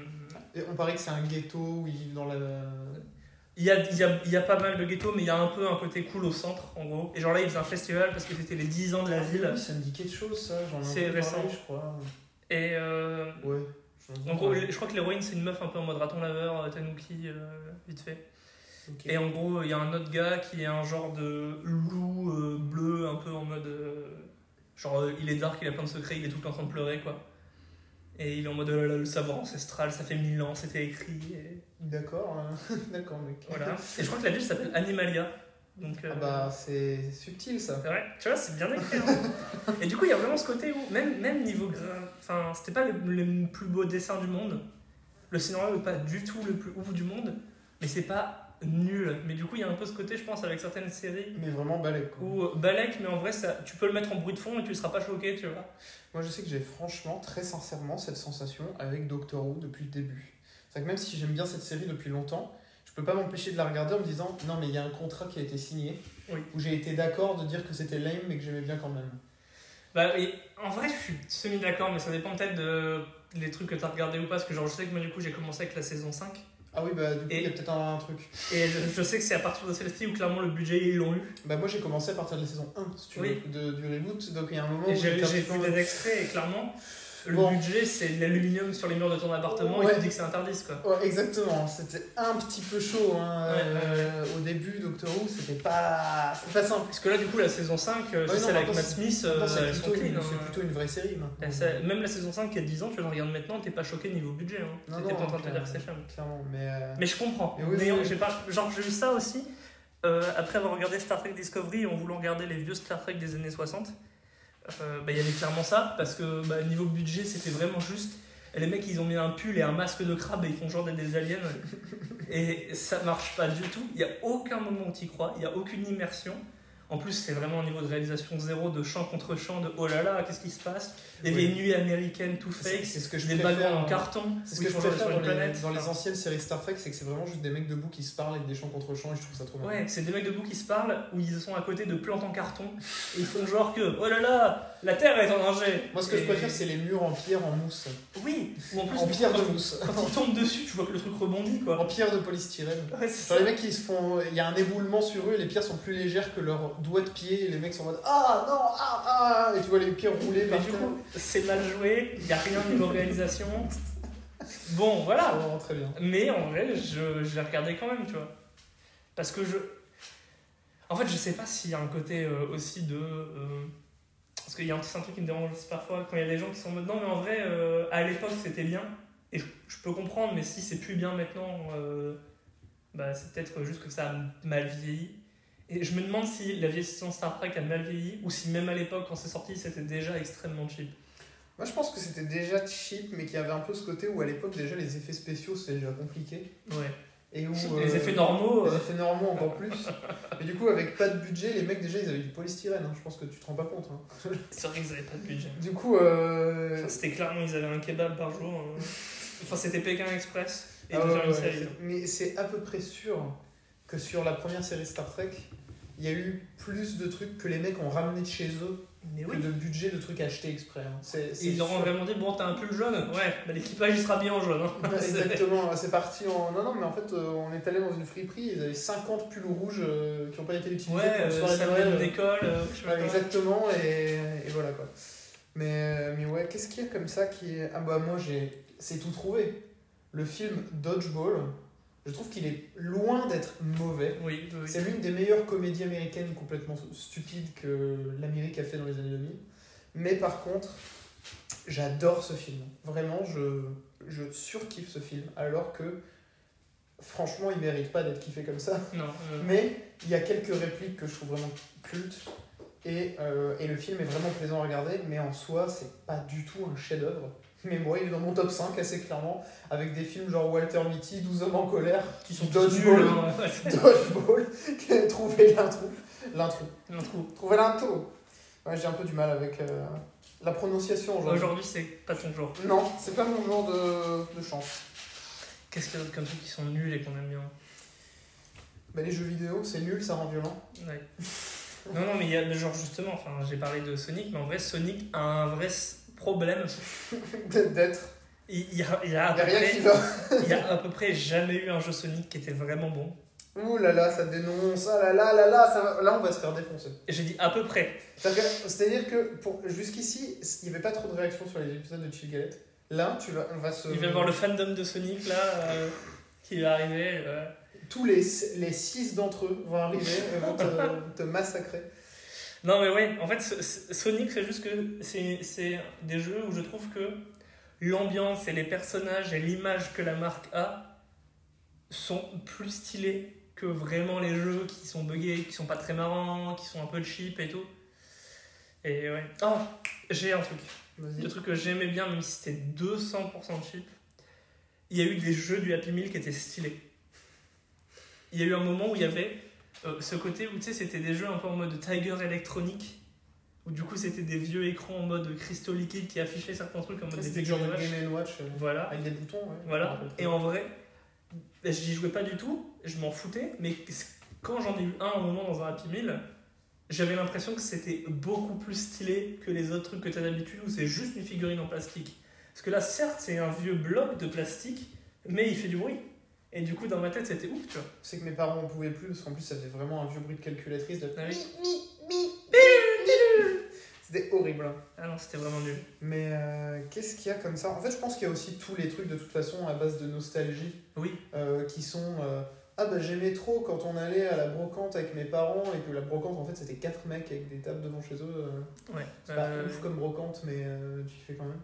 Et on paraît que c'est un ghetto où ils vivent dans la. Il y, a, il y a- il y a pas mal de ghettos, mais il y a un peu un côté cool au centre, en gros. Et genre là, ils faisaient un festival parce que c'était les 10 ans de la ville. Ah, Oui, ça me dit quelque chose, ça. J'en ai C'est entendu parler, récent. je crois. Et euh, Ouais. j'en ai entendu en gros, parler. je crois que l'héroïne, c'est une meuf un peu en mode raton laveur, euh, Tanuki, euh, vite fait. Ok. Et en gros, il y a un autre gars qui est un genre de loup euh, bleu, un peu en mode. euh, genre, euh, il est dark, il a plein de secrets, il est tout le temps en train de pleurer, quoi. Et il est en mode, oh là là, le savoir ancestral, ça fait mille ans, c'était écrit. Et D'accord, hein. d'accord, mec. voilà. et je crois que la ville s'appelle Animalia. Donc, euh, Ah bah, c'est subtil ça. c'est vrai. tu vois, c'est bien écrit. hein. et du coup, il y a vraiment ce côté où, même, même niveau. gra- Enfin, c'était pas le, le plus beau dessin du monde. Le scénario n'est pas du tout le plus ouf du monde, mais c'est pas nul. Mais du coup, il y a un peu ce côté, je pense, avec certaines séries Mais vraiment balèque quoi. Ou euh, Balek, mais en vrai, ça, tu peux le mettre en bruit de fond et tu ne seras pas choqué, tu vois. Moi, je sais que j'ai franchement, très sincèrement, cette sensation avec Doctor Who depuis le début. C'est-à-dire que même si j'aime bien cette série depuis longtemps, je peux pas m'empêcher de la regarder en me disant non, mais il y a un contrat qui a été signé Oui. où j'ai été d'accord de dire que c'était lame mais que j'aimais bien quand même. Bah, et en vrai, je suis semi d'accord, mais ça dépend peut-être de les trucs que tu as regardé ou pas, parce que genre, je sais que moi, du coup, j'ai commencé avec la saison 5, Ah oui, bah du coup, il y a Et- peut-être un, un truc. et je, je sais que c'est à partir de celle-ci où clairement le budget, ils l'ont eu. Bah, moi, j'ai commencé à partir de la saison 1, si tu Oui. veux, de- du reboot, donc il y a un moment Et où j'ai j'étais un j'ai petit peu vu en mode, des extraits, et clairement, le Bon. budget, c'est de l'aluminium sur les murs de ton appartement, et Ouais. tu dis que c'est interdit, quoi. Ouais, exactement, c'était un petit peu chaud hein, Ouais, euh, au début. Doctor Who, c'était pas, c'était pas simple. Parce que là, du coup, la saison 5, euh, Ouais, c'est non, celle avec maintenant, Matt Smith, Maintenant, euh, c'est elles sont plutôt, une- clean. c'est hein. plutôt une vraie série maintenant. Bah, ça- même la saison 5 qui a 10 ans, tu la regardes maintenant, t'es pas choqué niveau budget. Hein. Non, T'étais non, pas en train de te dire clairement. que c'est cher. Clairement, mais. euh, Mais je comprends. Mais oui, N'ayant- oui. j'ai pas, genre, j'ai eu ça aussi euh, après avoir regardé Star Trek Discovery en voulant regarder les vieux Star Trek des années 60. euh, bah, Il y avait clairement ça parce que bah, niveau budget, c'était vraiment juste. Et les mecs, ils ont mis un pull et un masque de crabe et ils font genre d'être des aliens. et ça marche pas du tout. Il y a aucun moment où tu crois, il y a aucune immersion. En plus, c'est vraiment un niveau de réalisation zéro, de chant contre chant, de oh là là, qu'est-ce qui se passe Des Oui. vieilles nuits américaines tout C'est fake, c'est ce que je des préfère. ballons en hein. carton. C'est ce où ils que je font genre préfère sur dans une les, planète. dans les Enfin, anciennes séries Star Trek, c'est que c'est vraiment juste des mecs debout qui se parlent avec des chants contre chants et je trouve ça trop bien. Ouais, c'est des mecs debout qui se parlent, où ils sont à côté de plantes en carton, et ils font genre que, oh là là, la Terre est en danger. Moi, ce que je Et- préfère, c'est les murs en pierre, en mousse. Oui, ou en plus, En pierre quand, de mousse. quand ils tombent dessus, tu vois que le truc rebondit, quoi. En pierre de polystyrène. Ouais, c'est ça. Genre les mecs ils se font, il y a un éboulement sur eux, les pierres sont plus légères que leurs doigts de pied, et les mecs sont en mode ah non ah ah et tu vois les pierres rouler Mais par du terre. coup, c'est mal joué, il n'y a rien niveau réalisation. Bon, voilà. Ah, Vraiment très bien. Mais en vrai, je, je l'ai regardé quand même, tu vois. Parce que je. En fait, je sais pas s'il y a un côté euh, aussi de. euh, Parce qu'il y a un petit un truc qui me dérange aussi parfois quand il y a des gens qui sont en mode non, mais en vrai, euh, à l'époque c'était bien. Et je, je peux comprendre, mais si c'est plus bien maintenant, euh, bah, c'est peut-être juste que ça a mal vieilli. Et je me demande si la vieille saison Star Trek a mal vieilli ou si même à l'époque quand c'est sorti c'était déjà extrêmement cheap. Moi je pense que c'était déjà cheap mais qu'il y avait un peu ce côté où à l'époque déjà les effets spéciaux c'était déjà compliqué Ouais. et où Les euh, effets normaux. Les euh, effets normaux encore plus. Et du coup, avec pas de budget, les mecs déjà ils avaient du polystyrène, hein. je pense que tu te rends pas compte. hein. C'est vrai qu'ils avaient pas de budget. Du coup, euh... Enfin, C'était clairement, ils avaient un kebab par jour. hein. Enfin, c'était Pékin Express et ah deux ouais, heures ouais, de série. hein. c'est- mais c'est à peu près sûr que sur la première série Star Trek, il y a eu plus de trucs que les mecs ont ramené de chez eux Mais que oui. de budget de trucs achetés exprès. hein. C'est, c'est Ils leur ont sûr. vraiment dit Bon, t'as un pull jaune Ouais, bah, l'équipage il sera bien en jaune. hein. Exactement, c'est parti en. Non, non, mais en fait, euh, on est allé dans une friperie, ils avaient 50 pulls rouges euh, qui n'ont pas été utilisés Ouais, pour une euh, soirée de ça Noël. vient d'école. euh, je sais pas Ouais, quoi. exactement, et, et voilà quoi. Mais, mais ouais, qu'est-ce qu'il y a comme ça qui est. Ah bah moi j'ai. C'est tout trouvé. Le film Dodgeball, Je trouve qu'il est loin d'être mauvais. Oui, oui. C'est l'une des meilleures comédies américaines complètement stupides que l'Amérique a fait dans les années 2000. Mais par contre, j'adore ce film. Vraiment, je, je surkiffe ce film. Alors que, franchement, il mérite pas d'être kiffé comme ça. Non, euh, Mais il y a quelques répliques que je trouve vraiment cultes. Et, euh, et le film est vraiment plaisant à regarder, mais en soi, c'est pas du tout un chef-d'œuvre. Mais moi, il est dans mon top 5 assez clairement, avec des films genre Walter Mitty, 12 hommes en colère, qui sont tous nuls. Dodgeball, hein, ouais. Dodgeball, qui a trouvé l'intro. L'intro. Un trou. Trouver l'intro. Ouais, j'ai un peu du mal avec euh, la prononciation aujourd'hui. Bah, Aujourd'hui, c'est pas ton genre. Non, c'est pas mon genre de, de chance. Qu'est-ce qu'il y a d'autre comme trucs qui sont nuls et qu'on aime bien Bah, les jeux vidéo, c'est nul, ça rend violent. Ouais. Non, non, mais il y a, genre, justement, enfin, j'ai parlé de Sonic, mais en vrai, Sonic a un vrai s- problème. D'être. Il il y a, il y a à Y a peu rien qui près, va. il y a à peu près jamais eu un jeu Sonic qui était vraiment bon. Ouh là là, ça dénonce. Ah là là là là, ça va- là on va se faire défoncer. Et J'ai dit à peu près. C'est-à-dire que- C'est-à-dire que pour jusqu'ici, il n'y avait pas trop de réactions sur les épisodes de Chill Galette. Là, tu vas, on va se. Il va y avoir le fandom de Sonic là euh, qui va arriver. euh. Tous les, les six d'entre eux vont arriver et vont te, te massacrer. Non, mais ouais, en fait, ce- ce- Sonic, c'est juste que c'est c'est des jeux où je trouve que l'ambiance et les personnages et l'image que la marque a sont plus stylés que vraiment les jeux qui sont buggés, qui sont pas très marrants, qui sont un peu cheap et tout. Et ouais. Oh, j'ai un truc. Vas-y. Le truc que j'aimais bien, même si c'était 200% cheap, il y a eu des jeux du Happy Meal qui étaient stylés. Il y a eu un moment où il y avait euh, ce côté où, tu sais, c'était des jeux un peu en mode Tiger électronique, où du coup c'était des vieux écrans en mode cristaux liquides qui affichaient certains trucs en mode Ah, C'était des le genre de Game Watch. Game Watch euh, Voilà. avec des boutons. Ouais. Voilà. Et Et en vrai, ben, j'y jouais pas du tout, je m'en foutais, mais quand j'en ai eu un au moment dans un Happy Meal, j'avais l'impression que c'était beaucoup plus stylé que les autres trucs que t'as d'habitude où c'est juste une figurine en plastique. Parce que là, certes, c'est un vieux bloc de plastique, mais il fait du bruit. Et du coup, dans ma tête, c'était ouf, tu vois. C'est que mes parents en pouvaient plus parce qu'en plus ça faisait vraiment un vieux bruit de calculatrice. De... Ah oui. C'était horrible. hein. Ah non, c'était vraiment nul. Mais euh, qu'est-ce qu'il y a comme ça En fait, je pense qu'il y a aussi tous les trucs de toute façon à base de nostalgie. Oui. euh, qui sont euh, ah bah j'aimais trop quand on allait à la brocante avec mes parents et que la brocante en fait c'était quatre mecs avec des tables devant chez eux euh, Ouais. c'est pas Euh, ouf comme brocante mais euh, tu fais quand même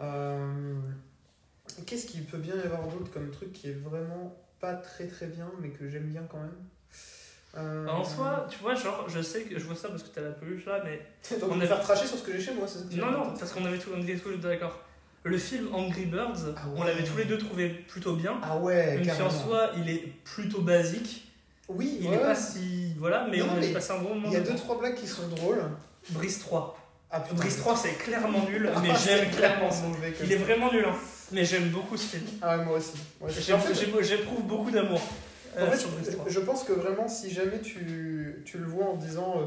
Euh, qu'est-ce qu'il peut bien y avoir d'autre comme truc qui est vraiment pas très très bien mais que j'aime bien quand même Euh, En soi, tu vois, genre, je sais que je vois ça parce que t'as la peluche là, mais donc on a- on va faire cracher sur ce que j'ai chez moi c'est ça que tu Non, veux non, dire parce qu'on avait tous, on était tous les deux d'accord. Le film Angry Birds, Ah ouais. on l'avait tous les deux trouvé plutôt bien. ah ouais Même si en carrément soi, il est plutôt basique. oui Il ouais, est pas ouais. si. Voilà, mais Non, on mais avait passé un bon moment. il y a dedans. deux trois blagues qui sont drôles Brice 3. ah putain Brice 3, c'est clairement nul, mais Ah, j'aime c'est clairement ça. mauvais que- Il est vraiment nul, hein. Mais j'aime beaucoup ce film. ah ouais, moi aussi Moi aussi. J'aime- j'aime- J'éprouve beaucoup d'amour. En euh, fait, sur Brice 3. je, je pense que vraiment, si jamais tu, tu le vois en disant euh,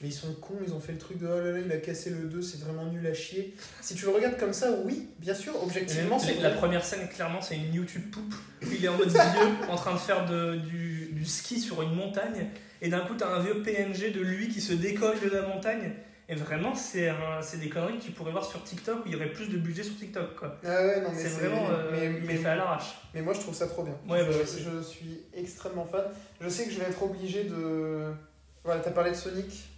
Mais ils sont cons, ils ont fait le truc de oh là là, il a cassé le 2, c'est vraiment nul à chier. Si tu le regardes comme ça, oui, bien sûr, objectivement, c'est. la première scène, clairement, c'est une YouTube poupe. Il est en mode vieux, en train de faire de- du, du ski sur une montagne. Et d'un coup, t'as un vieux PNG de lui qui se décolle de la montagne. Et vraiment, c'est un- c'est des conneries que tu pourrais voir sur TikTok où il y aurait plus de budget sur TikTok. quoi. Ah ouais, non, mais C'est vraiment. euh, mais, il est mais, fait à l'arrache. mais moi, je trouve ça trop bien. Ouais, bah, je, aussi. je suis extrêmement fan. Je sais que je vais être obligé de. Voilà, t'as parlé de Sonic.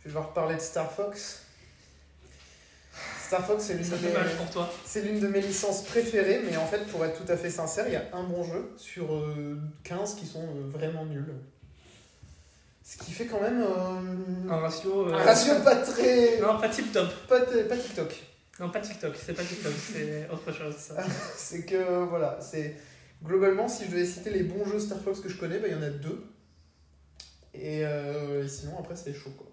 Je vais devoir parler de Star Fox. Star Fox, c'est l'une Ça de fait mes- mal pour toi. C'est l'une de mes licences préférées, mais en fait, pour être tout à fait sincère, il y a un bon jeu sur euh, 15 qui sont euh, vraiment nuls. Ce qui fait quand même euh, Un ratio. euh, un ratio pas très. Non, pas tip top. Pas, t- pas TikTok. Non, pas TikTok. C'est pas TikTok, c'est autre chose. ça. C'est que voilà, c'est. Globalement, si je devais citer les bons jeux Star Fox que je connais, bah, il y en a deux. Et, euh, et sinon, après, c'est chaud quoi.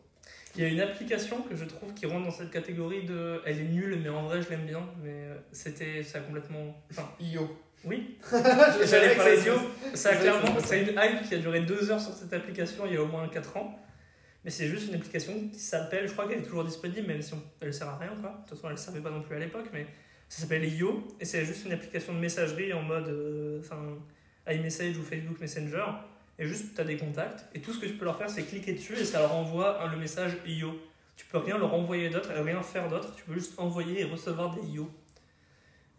Il y a une application que je trouve qui rentre dans cette catégorie de. Elle est nulle, mais en vrai, je l'aime bien. Mais euh, c'était. Ça a complètement. Enfin, Io. oui. Je savais J'allais que parler ça- d'Io. Ça, a c'est vrai que clairement, ça se passe. c'est une hype qui a duré deux heures sur cette application il y a au moins 4 ans. Mais c'est juste une application qui s'appelle, je crois qu'elle est toujours disponible, même si on- elle sert à rien, quoi. De toute façon, elle ne servait pas non plus à l'époque, mais ça s'appelle Io. Et c'est juste une application de messagerie en mode euh, enfin, iMessage ou Facebook Messenger. Et juste, tu as des contacts. Et tout ce que tu peux leur faire, c'est cliquer dessus et ça leur envoie hein, le message Io. Tu peux rien leur envoyer d'autre, et rien faire d'autre. Tu peux juste envoyer et recevoir des Io.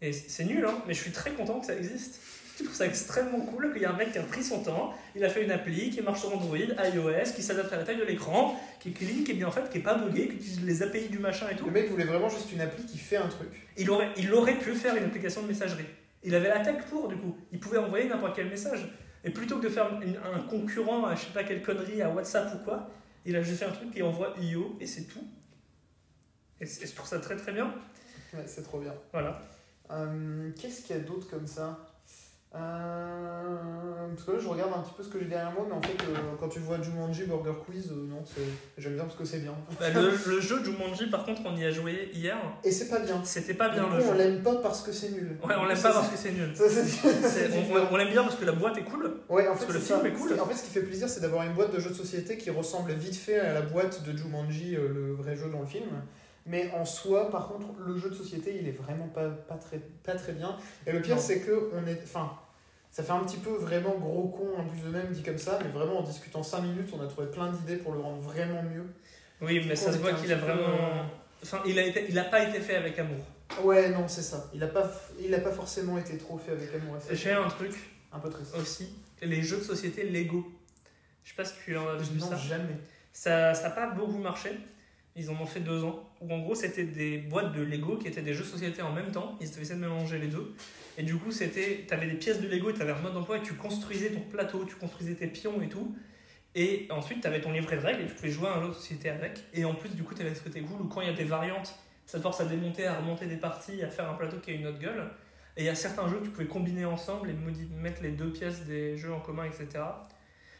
Et c'est c'est nul, hein, mais je suis très content que ça existe. Je trouve ça extrêmement cool qu'il y a un mec qui a pris son temps, il a fait une appli qui marche sur Android, iOS, qui s'adapte à la taille de l'écran, qui est clean, qui est bien en fait, qui est pas buggé, qui utilise les API du machin et tout. Le mec voulait vraiment juste une appli qui fait un truc. Il aurait, il aurait pu faire une application de messagerie. Il avait la tech pour, du coup. Il pouvait envoyer n'importe quel message. Et plutôt que de faire une- un concurrent à je sais pas quelle connerie, à WhatsApp ou quoi, il a juste fait un truc qui envoie IO et c'est tout. Et, c'est- je trouve ça très très bien. Ouais, c'est trop bien. Voilà. Euh, Qu'est-ce qu'il y a d'autre comme ça Euh, Parce que là, je regarde un petit peu ce que j'ai derrière moi, mais en fait, euh, quand tu vois Jumanji Burger Quiz, euh, non, c'est- j'aime bien parce que c'est bien. Bah, le, le jeu Jumanji, par contre, on y a joué hier. Et c'est pas bien. C'était pas Du bien coup, le on jeu. l'aime pas parce que c'est nul. Ouais, on l'aime Ça, pas c'est- parce que c'est nul. Ça, c'est- c'est C'est- on différent. on l'aime bien parce que la boîte est cool. Ouais, en Parce fait, que le c'est film ça. est cool. Ce qui- En fait, ce qui fait plaisir, c'est d'avoir une boîte de jeux de société qui ressemble vite fait à la boîte de Jumanji, euh, le vrai jeu dans le film. Mais en soi, par contre, le jeu de société, il est vraiment pas, pas, très, pas très bien. Et le pire, Non. c'est que on est. Enfin, ça fait un petit peu vraiment gros con, un but de même dit comme ça, mais vraiment en discutant 5 minutes, on a trouvé plein d'idées pour le rendre vraiment mieux. Oui, mais Du coup, ça on se voit était un qu'il a petit peu, vraiment. Enfin, il a, été, il a pas été fait avec amour. Ouais, non, c'est ça. Il a pas, f- il a pas forcément été trop fait avec amour. c'est J'ai un truc un peu triste. aussi les jeux de société Lego. Je sais pas si tu en as vu non, ça. jamais. Ça n'a pas beaucoup marché. Ils en ont fait deux ans. Où en gros, c'était des boîtes de Lego qui étaient des jeux de société en même temps. Ils essayaient de mélanger les deux. Et du coup, c'était. T'avais des pièces de Lego et t'avais un mode d'emploi et tu construisais ton plateau, tu construisais tes pions et tout. Et ensuite, t'avais ton livret de règles et tu pouvais jouer à un jeu de société avec. Et en plus, du coup, t'avais ce côté cool où quand il y a des variantes, ça te force à démonter, à remonter des parties, à faire un plateau qui a une autre gueule. Et il y a certains jeux que tu pouvais combiner ensemble et modi- mettre les deux pièces des jeux en commun, etc.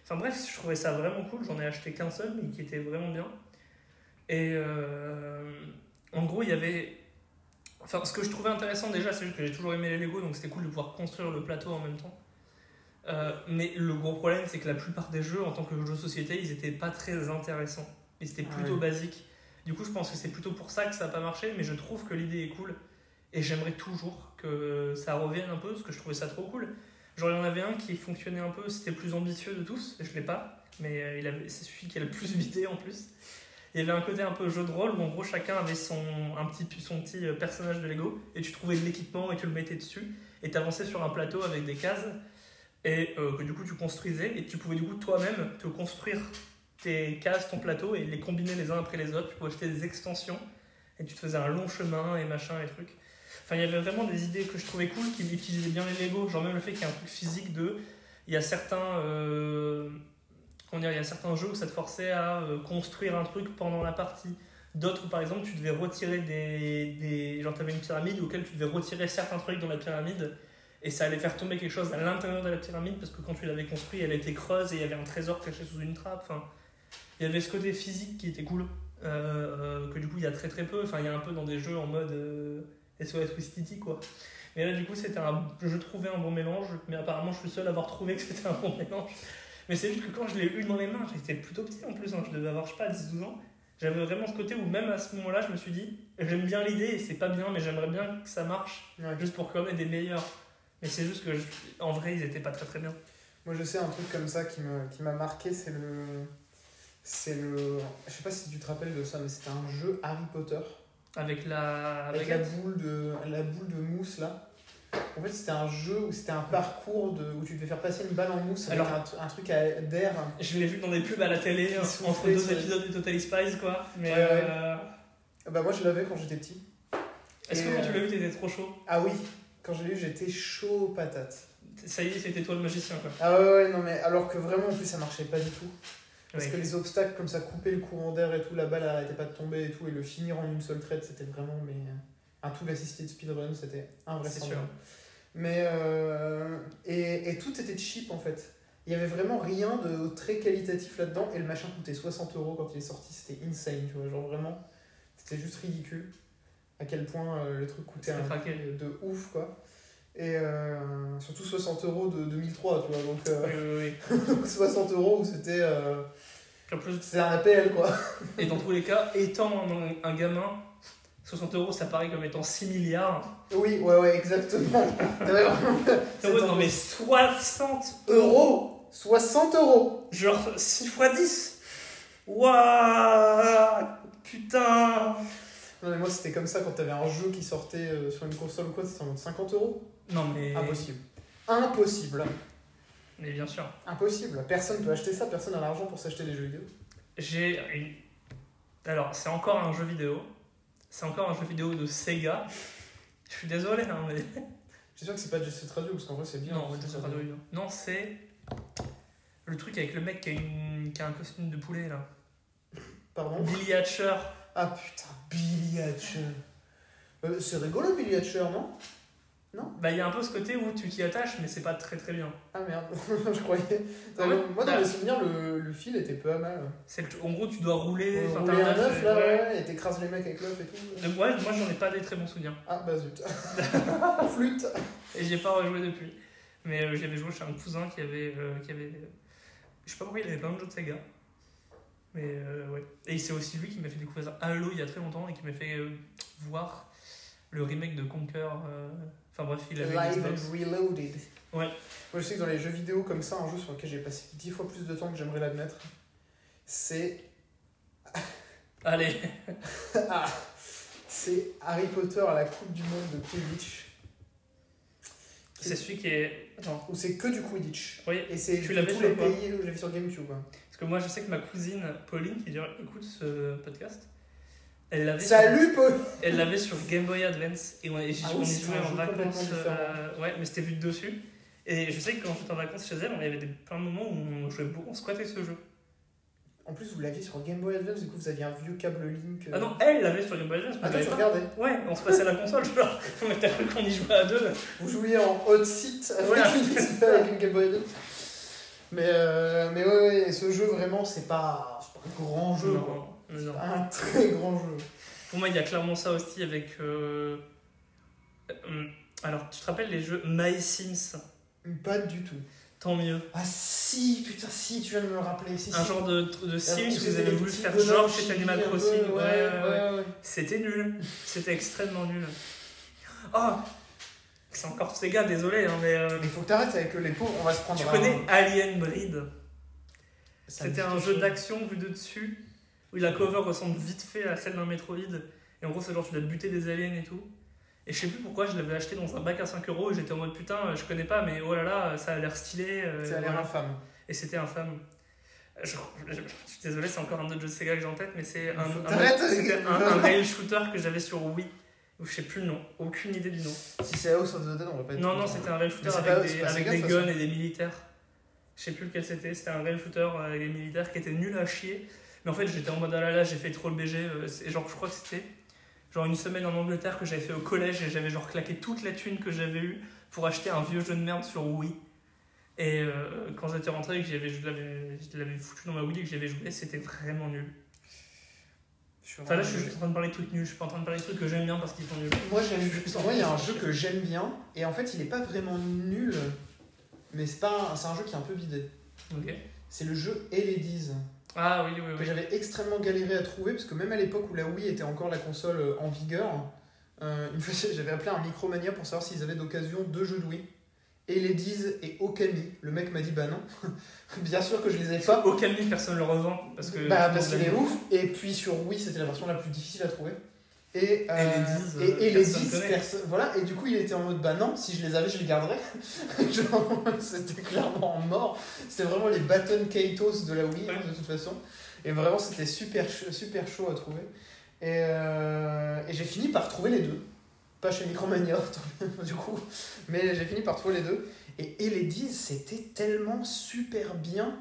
Enfin bref, je trouvais ça vraiment cool. J'en ai acheté qu'un seul, mais qui était vraiment bien. Et euh, en gros, il y avait. Enfin, ce que je trouvais intéressant déjà, c'est juste que j'ai toujours aimé les Lego, donc c'était cool de pouvoir construire le plateau en même temps. Euh, mais le gros problème, c'est que la plupart des jeux, en tant que jeux de société, ils n'étaient pas très intéressants. Ils étaient Ah plutôt ouais. basiques. Du coup, je pense que c'est plutôt pour ça que ça n'a pas marché, mais je trouve que l'idée est cool. Et j'aimerais toujours que ça revienne un peu, parce que je trouvais ça trop cool. Genre, il y en avait un qui fonctionnait un peu, c'était le plus ambitieux de tous, je l'ai pas, mais euh, il avait- c'est celui qui a le plus vidé en plus. Il y avait un côté un peu jeu de rôle où en gros chacun avait son, un petit, son petit euh, personnage de Lego et tu trouvais de l'équipement et tu le mettais dessus et t'avançais sur un plateau avec des cases et euh, que du coup tu construisais et tu pouvais du coup toi-même te construire tes cases, ton plateau et les combiner les uns après les autres. Tu pouvais acheter des extensions et tu te faisais un long chemin et machin et trucs. Enfin, il y avait vraiment des idées que je trouvais cool qui utilisaient bien les Lego. Genre, même le fait qu'il y ait un truc physique de. Il y a certains. euh, comment dire Il y a certains jeux où ça te forçait à euh, construire un truc pendant la partie. D'autres où, par exemple, tu devais retirer des. des genre, t'avais une pyramide auquel tu devais retirer certains trucs dans la pyramide. Et ça allait faire tomber quelque chose à l'intérieur de la pyramide parce que quand tu l'avais construit, elle était creuse et il y avait un trésor caché sous une trappe. Enfin, il y avait ce côté physique qui était cool. euh, que du coup, il y a très très peu. Enfin, il y a un peu dans des jeux en mode. euh, SOS Wistiti quoi. Mais là du coup c'était un, je trouvais un bon mélange, mais apparemment je suis seul à avoir trouvé que c'était un bon mélange. Mais c'est juste que quand je l'ai eu dans les mains, j'étais plutôt petit en plus, hein, je devais avoir je sais pas 10-12 ans. J'avais vraiment ce côté où même à ce moment-là je me suis dit j'aime bien l'idée, et c'est pas bien, mais j'aimerais bien que ça marche, Ouais. juste pour qu'on ait des meilleurs. Mais c'est juste que je- en vrai ils étaient pas très très bien. Moi, je sais un truc comme ça qui me- qui m'a marqué, c'est le. C'est le. Je sais pas si tu te rappelles de ça, mais c'était un jeu Harry Potter. Avec la Avec la boule de, la boule de mousse là. En fait, c'était un jeu où c'était un parcours de, où tu devais faire passer une balle en mousse avec Alors- un, tr- un truc à- d'air. Je l'ai vu dans des pubs à la télé, euh, Qui entre soufflait, deux ça. épisodes du Totally Spies quoi. Mais Ouais, ouais. euh, Bah, moi, je l'avais quand j'étais petit. est-ce que Et, quand tu euh, l'as vu t'étais trop chaud Ah oui, quand j'ai lu, j'étais chaud patate. Ça y est c'était toi le magicien quoi. Ah ouais, ouais, non, mais alors que vraiment, en plus, ça marchait pas du tout. Parce Ouais. que les obstacles, comme ça, couper le courant d'air et tout, la balle arrêtait pas de tomber et tout, et le finir en une seule traite, c'était vraiment. Mais, un tout assisté de speedrun, c'était invraisemblable. Mais. euh, et, et tout était cheap en fait. Il y avait vraiment rien de très qualitatif là-dedans, et le machin coûtait 60 euros quand il est sorti, c'était insane, tu vois, genre vraiment. C'était juste ridicule à quel point euh, le truc coûtait Ça un fait craquer. prix de ouf quoi. Et euh, surtout 60 euros de 2003, tu vois, donc euh, Oui, oui, oui. 60 euros où c'était. euh, En plus, c'est un APL quoi. Et dans tous les cas, étant un, un gamin, 60 euros ça paraît comme étant 6 milliards. Oui, ouais, ouais, exactement. T'as vraiment- Ah ouais, non mais 60 euros 60 euros Genre 6 fois 10 Waouh Putain Non, mais moi c'était comme ça quand t'avais un jeu qui sortait euh, sur une console ou quoi, c'était en mode 50 euros Non mais. Impossible. Impossible. Mais bien sûr. Impossible. Personne peut acheter ça, personne n'a l'argent pour s'acheter des jeux vidéo. J'ai une. Alors, c'est encore un jeu vidéo. C'est encore un jeu vidéo de Sega. Je suis désolé, hein, mais. Je suis sûr que c'est pas Just Eat Radio, parce qu'en vrai c'est bien. Non, Just Eat Just Radio, non. Non, c'est. Le truc avec le mec qui a, une- qui a un costume de poulet, là. Pardon Billy Hatcher. Ah putain, Billy Hatcher. Euh, c'est rigolo Billy Hatcher, non Bah, il y a un peu ce côté où tu t'y attaches, mais c'est pas très très bien. Ah merde, je croyais. Ah ouais Moi dans Bah. mes souvenirs, le, le fil était peu à mal. C'est le- En gros, tu dois rouler. On enfin, t'as roulait un un œuf œuf, là, ouais. ouais, et t'écrases les mecs avec l'œuf et tout. Donc, ouais, moi, j'en ai pas des très bons souvenirs. Ah bah zut. Flûte. Et j'y ai pas rejoué depuis. Mais euh, j'avais joué chez un cousin qui avait. euh, qui avait euh, Je sais pas pourquoi il avait plein de jeux de Sega. Mais euh, ouais. Et c'est aussi lui qui m'a fait découvrir Halo il y a très longtemps et qui m'a fait euh, voir le remake de Conquer. euh, Enfin bref, il avait. une Live Xbox. and reloaded. Ouais. Moi, je sais que dans les jeux vidéo comme ça, un jeu sur lequel j'ai passé 10 fois plus de temps que j'aimerais l'admettre, c'est Allez, Ah, c'est Harry Potter à la Coupe du Monde de Quidditch. c'est celui qui est. Attends. Où c'est que du Quidditch. Oui, Et c'est Tu de l'avais tous sur les quoi pays où j'avais sur GameCube. hein. parce que moi je sais que ma cousine Pauline qui d'ailleurs, écoute ce podcast, elle l'avait sur- Salut Paul Elle l'avait sur Game Boy Advance et on, et j'y- Ah on oui, y c'est jouait un en jeu complètement vacances. différent. euh, ouais, mais c'était vu de dessus. Et je sais que quand j'étais en vacances chez elle, on avait des, plein de moments où on jouait beaucoup, on squattait ce jeu. En plus, vous l'aviez sur Game Boy Advance, du coup, vous aviez un vieux câble Link. euh. Ah non, elle l'avait sur Game Boy Advance, mais Attends, j'avais tu pas. regardais. Ouais, on se passait à la console, genre, on mettait cru qu'on y jouait à deux. Vous jouiez en hot seat avec, Voilà. une, avec une Game Boy Advance. Mais, euh, mais ouais, ouais, et ce jeu, vraiment, c'est pas, c'est pas un grand jeu. quoi. Non, non, non. Un très grand jeu. Pour moi, il y a clairement ça aussi avec. euh, euh, Alors, tu te rappelles les jeux My Sims Pas du tout. Tant mieux. Ah si, putain, si, tu viens de me rappeler. Si, Ah, Un si. genre de, de Sims où Parce que vous c'est avez des voulu petits faire bonhommes genre chez chibi, Animal un peu, Crossing. ouais, ouais, ouais. ouais. C'était nul. C'était extrêmement nul. Oh C'est encore Sega, désolé, hein, mais. euh, Mais faut que t'arrêtes avec les pauvres, on va se prendre. tu un- connais Alien Breed ça me dit C'était un quelque jeu chose. d'action vu de dessus, où la cover ressemble vite fait à celle d'un Metroid. Et en gros, c'est genre tu dois buter des aliens et tout. Et je sais plus pourquoi, je l'avais acheté dans un bac à 5 euros et j'étais en mode putain, je connais pas, mais oh là là, ça a l'air stylé. euh, Ça a l'air voilà. infâme. Et c'était infâme. Je, je- je- je suis désolé, c'est encore un autre jeu de Sega que j'ai en tête, mais c'est un, Faut un- t'arrêter. c'était un- un rail shooter que j'avais sur Wii. Ou je sais plus le nom, aucune idée du nom. Si c'est House of the Dead, on va pas être. hein. Non, non, c'était un rail Mais shooter c'est avec pas- c'est des, pas avec Sega, des ça, guns ça. et des militaires. Je sais plus lequel c'était, c'était un rail shooter euh, avec des militaires qui était nul à chier. Mais en fait, j'étais en mode ah là là, j'ai fait trop le BG. euh, c'est- genre, je crois que c'était genre une semaine en Angleterre que j'avais fait au collège et j'avais genre claqué toute la thune que j'avais eue pour acheter un vieux jeu de merde sur Wii. Et euh, quand j'étais rentré et que j'avais- je l'avais je l'avais foutu dans ma Wii et que j'avais joué, c'était vraiment nul. Enfin là, je suis juste en train de parler de trucs nuls, je suis pas en train de parler de trucs que j'aime bien parce qu'ils sont nuls. Moi, j'aime. Moi, il y a un jeu que j'aime bien, et en fait, il est pas vraiment nul, mais c'est pas. un- C'est un jeu qui est un peu bidé. Ok. C'est le jeu Eledies, Ah oui, oui, que oui. j'avais extrêmement galéré à trouver, parce que même à l'époque où la Wii était encore la console euh, en vigueur, euh, une fois j'avais appelé un Micromania pour savoir s'ils avaient d'occasion deux jeux de Wii. Eledies et Okami. Le mec m'a dit bah non, bien sûr que je les ai pas. Aucun livre, personne ne le revend parce que. Bah, parce qu'il est Et ouf. Et puis sur Wii, c'était la version la plus difficile à trouver. Et, euh, Et les 10, et, et euh, les personne 10 connaît. personnes. Voilà, et du coup, il était en mode bah non, si je les avais, je les garderais. Genre, c'était clairement mort. C'était vraiment les Baton Kaitos de la Wii, hein, de toute façon. Et vraiment, c'était super, ch- super chaud à trouver. Et, euh, et j'ai fini par trouver les deux. Pas chez Micromania, tant mieux, du coup. Mais j'ai fini par trouver les deux. Et, et les 10, c'était tellement super bien.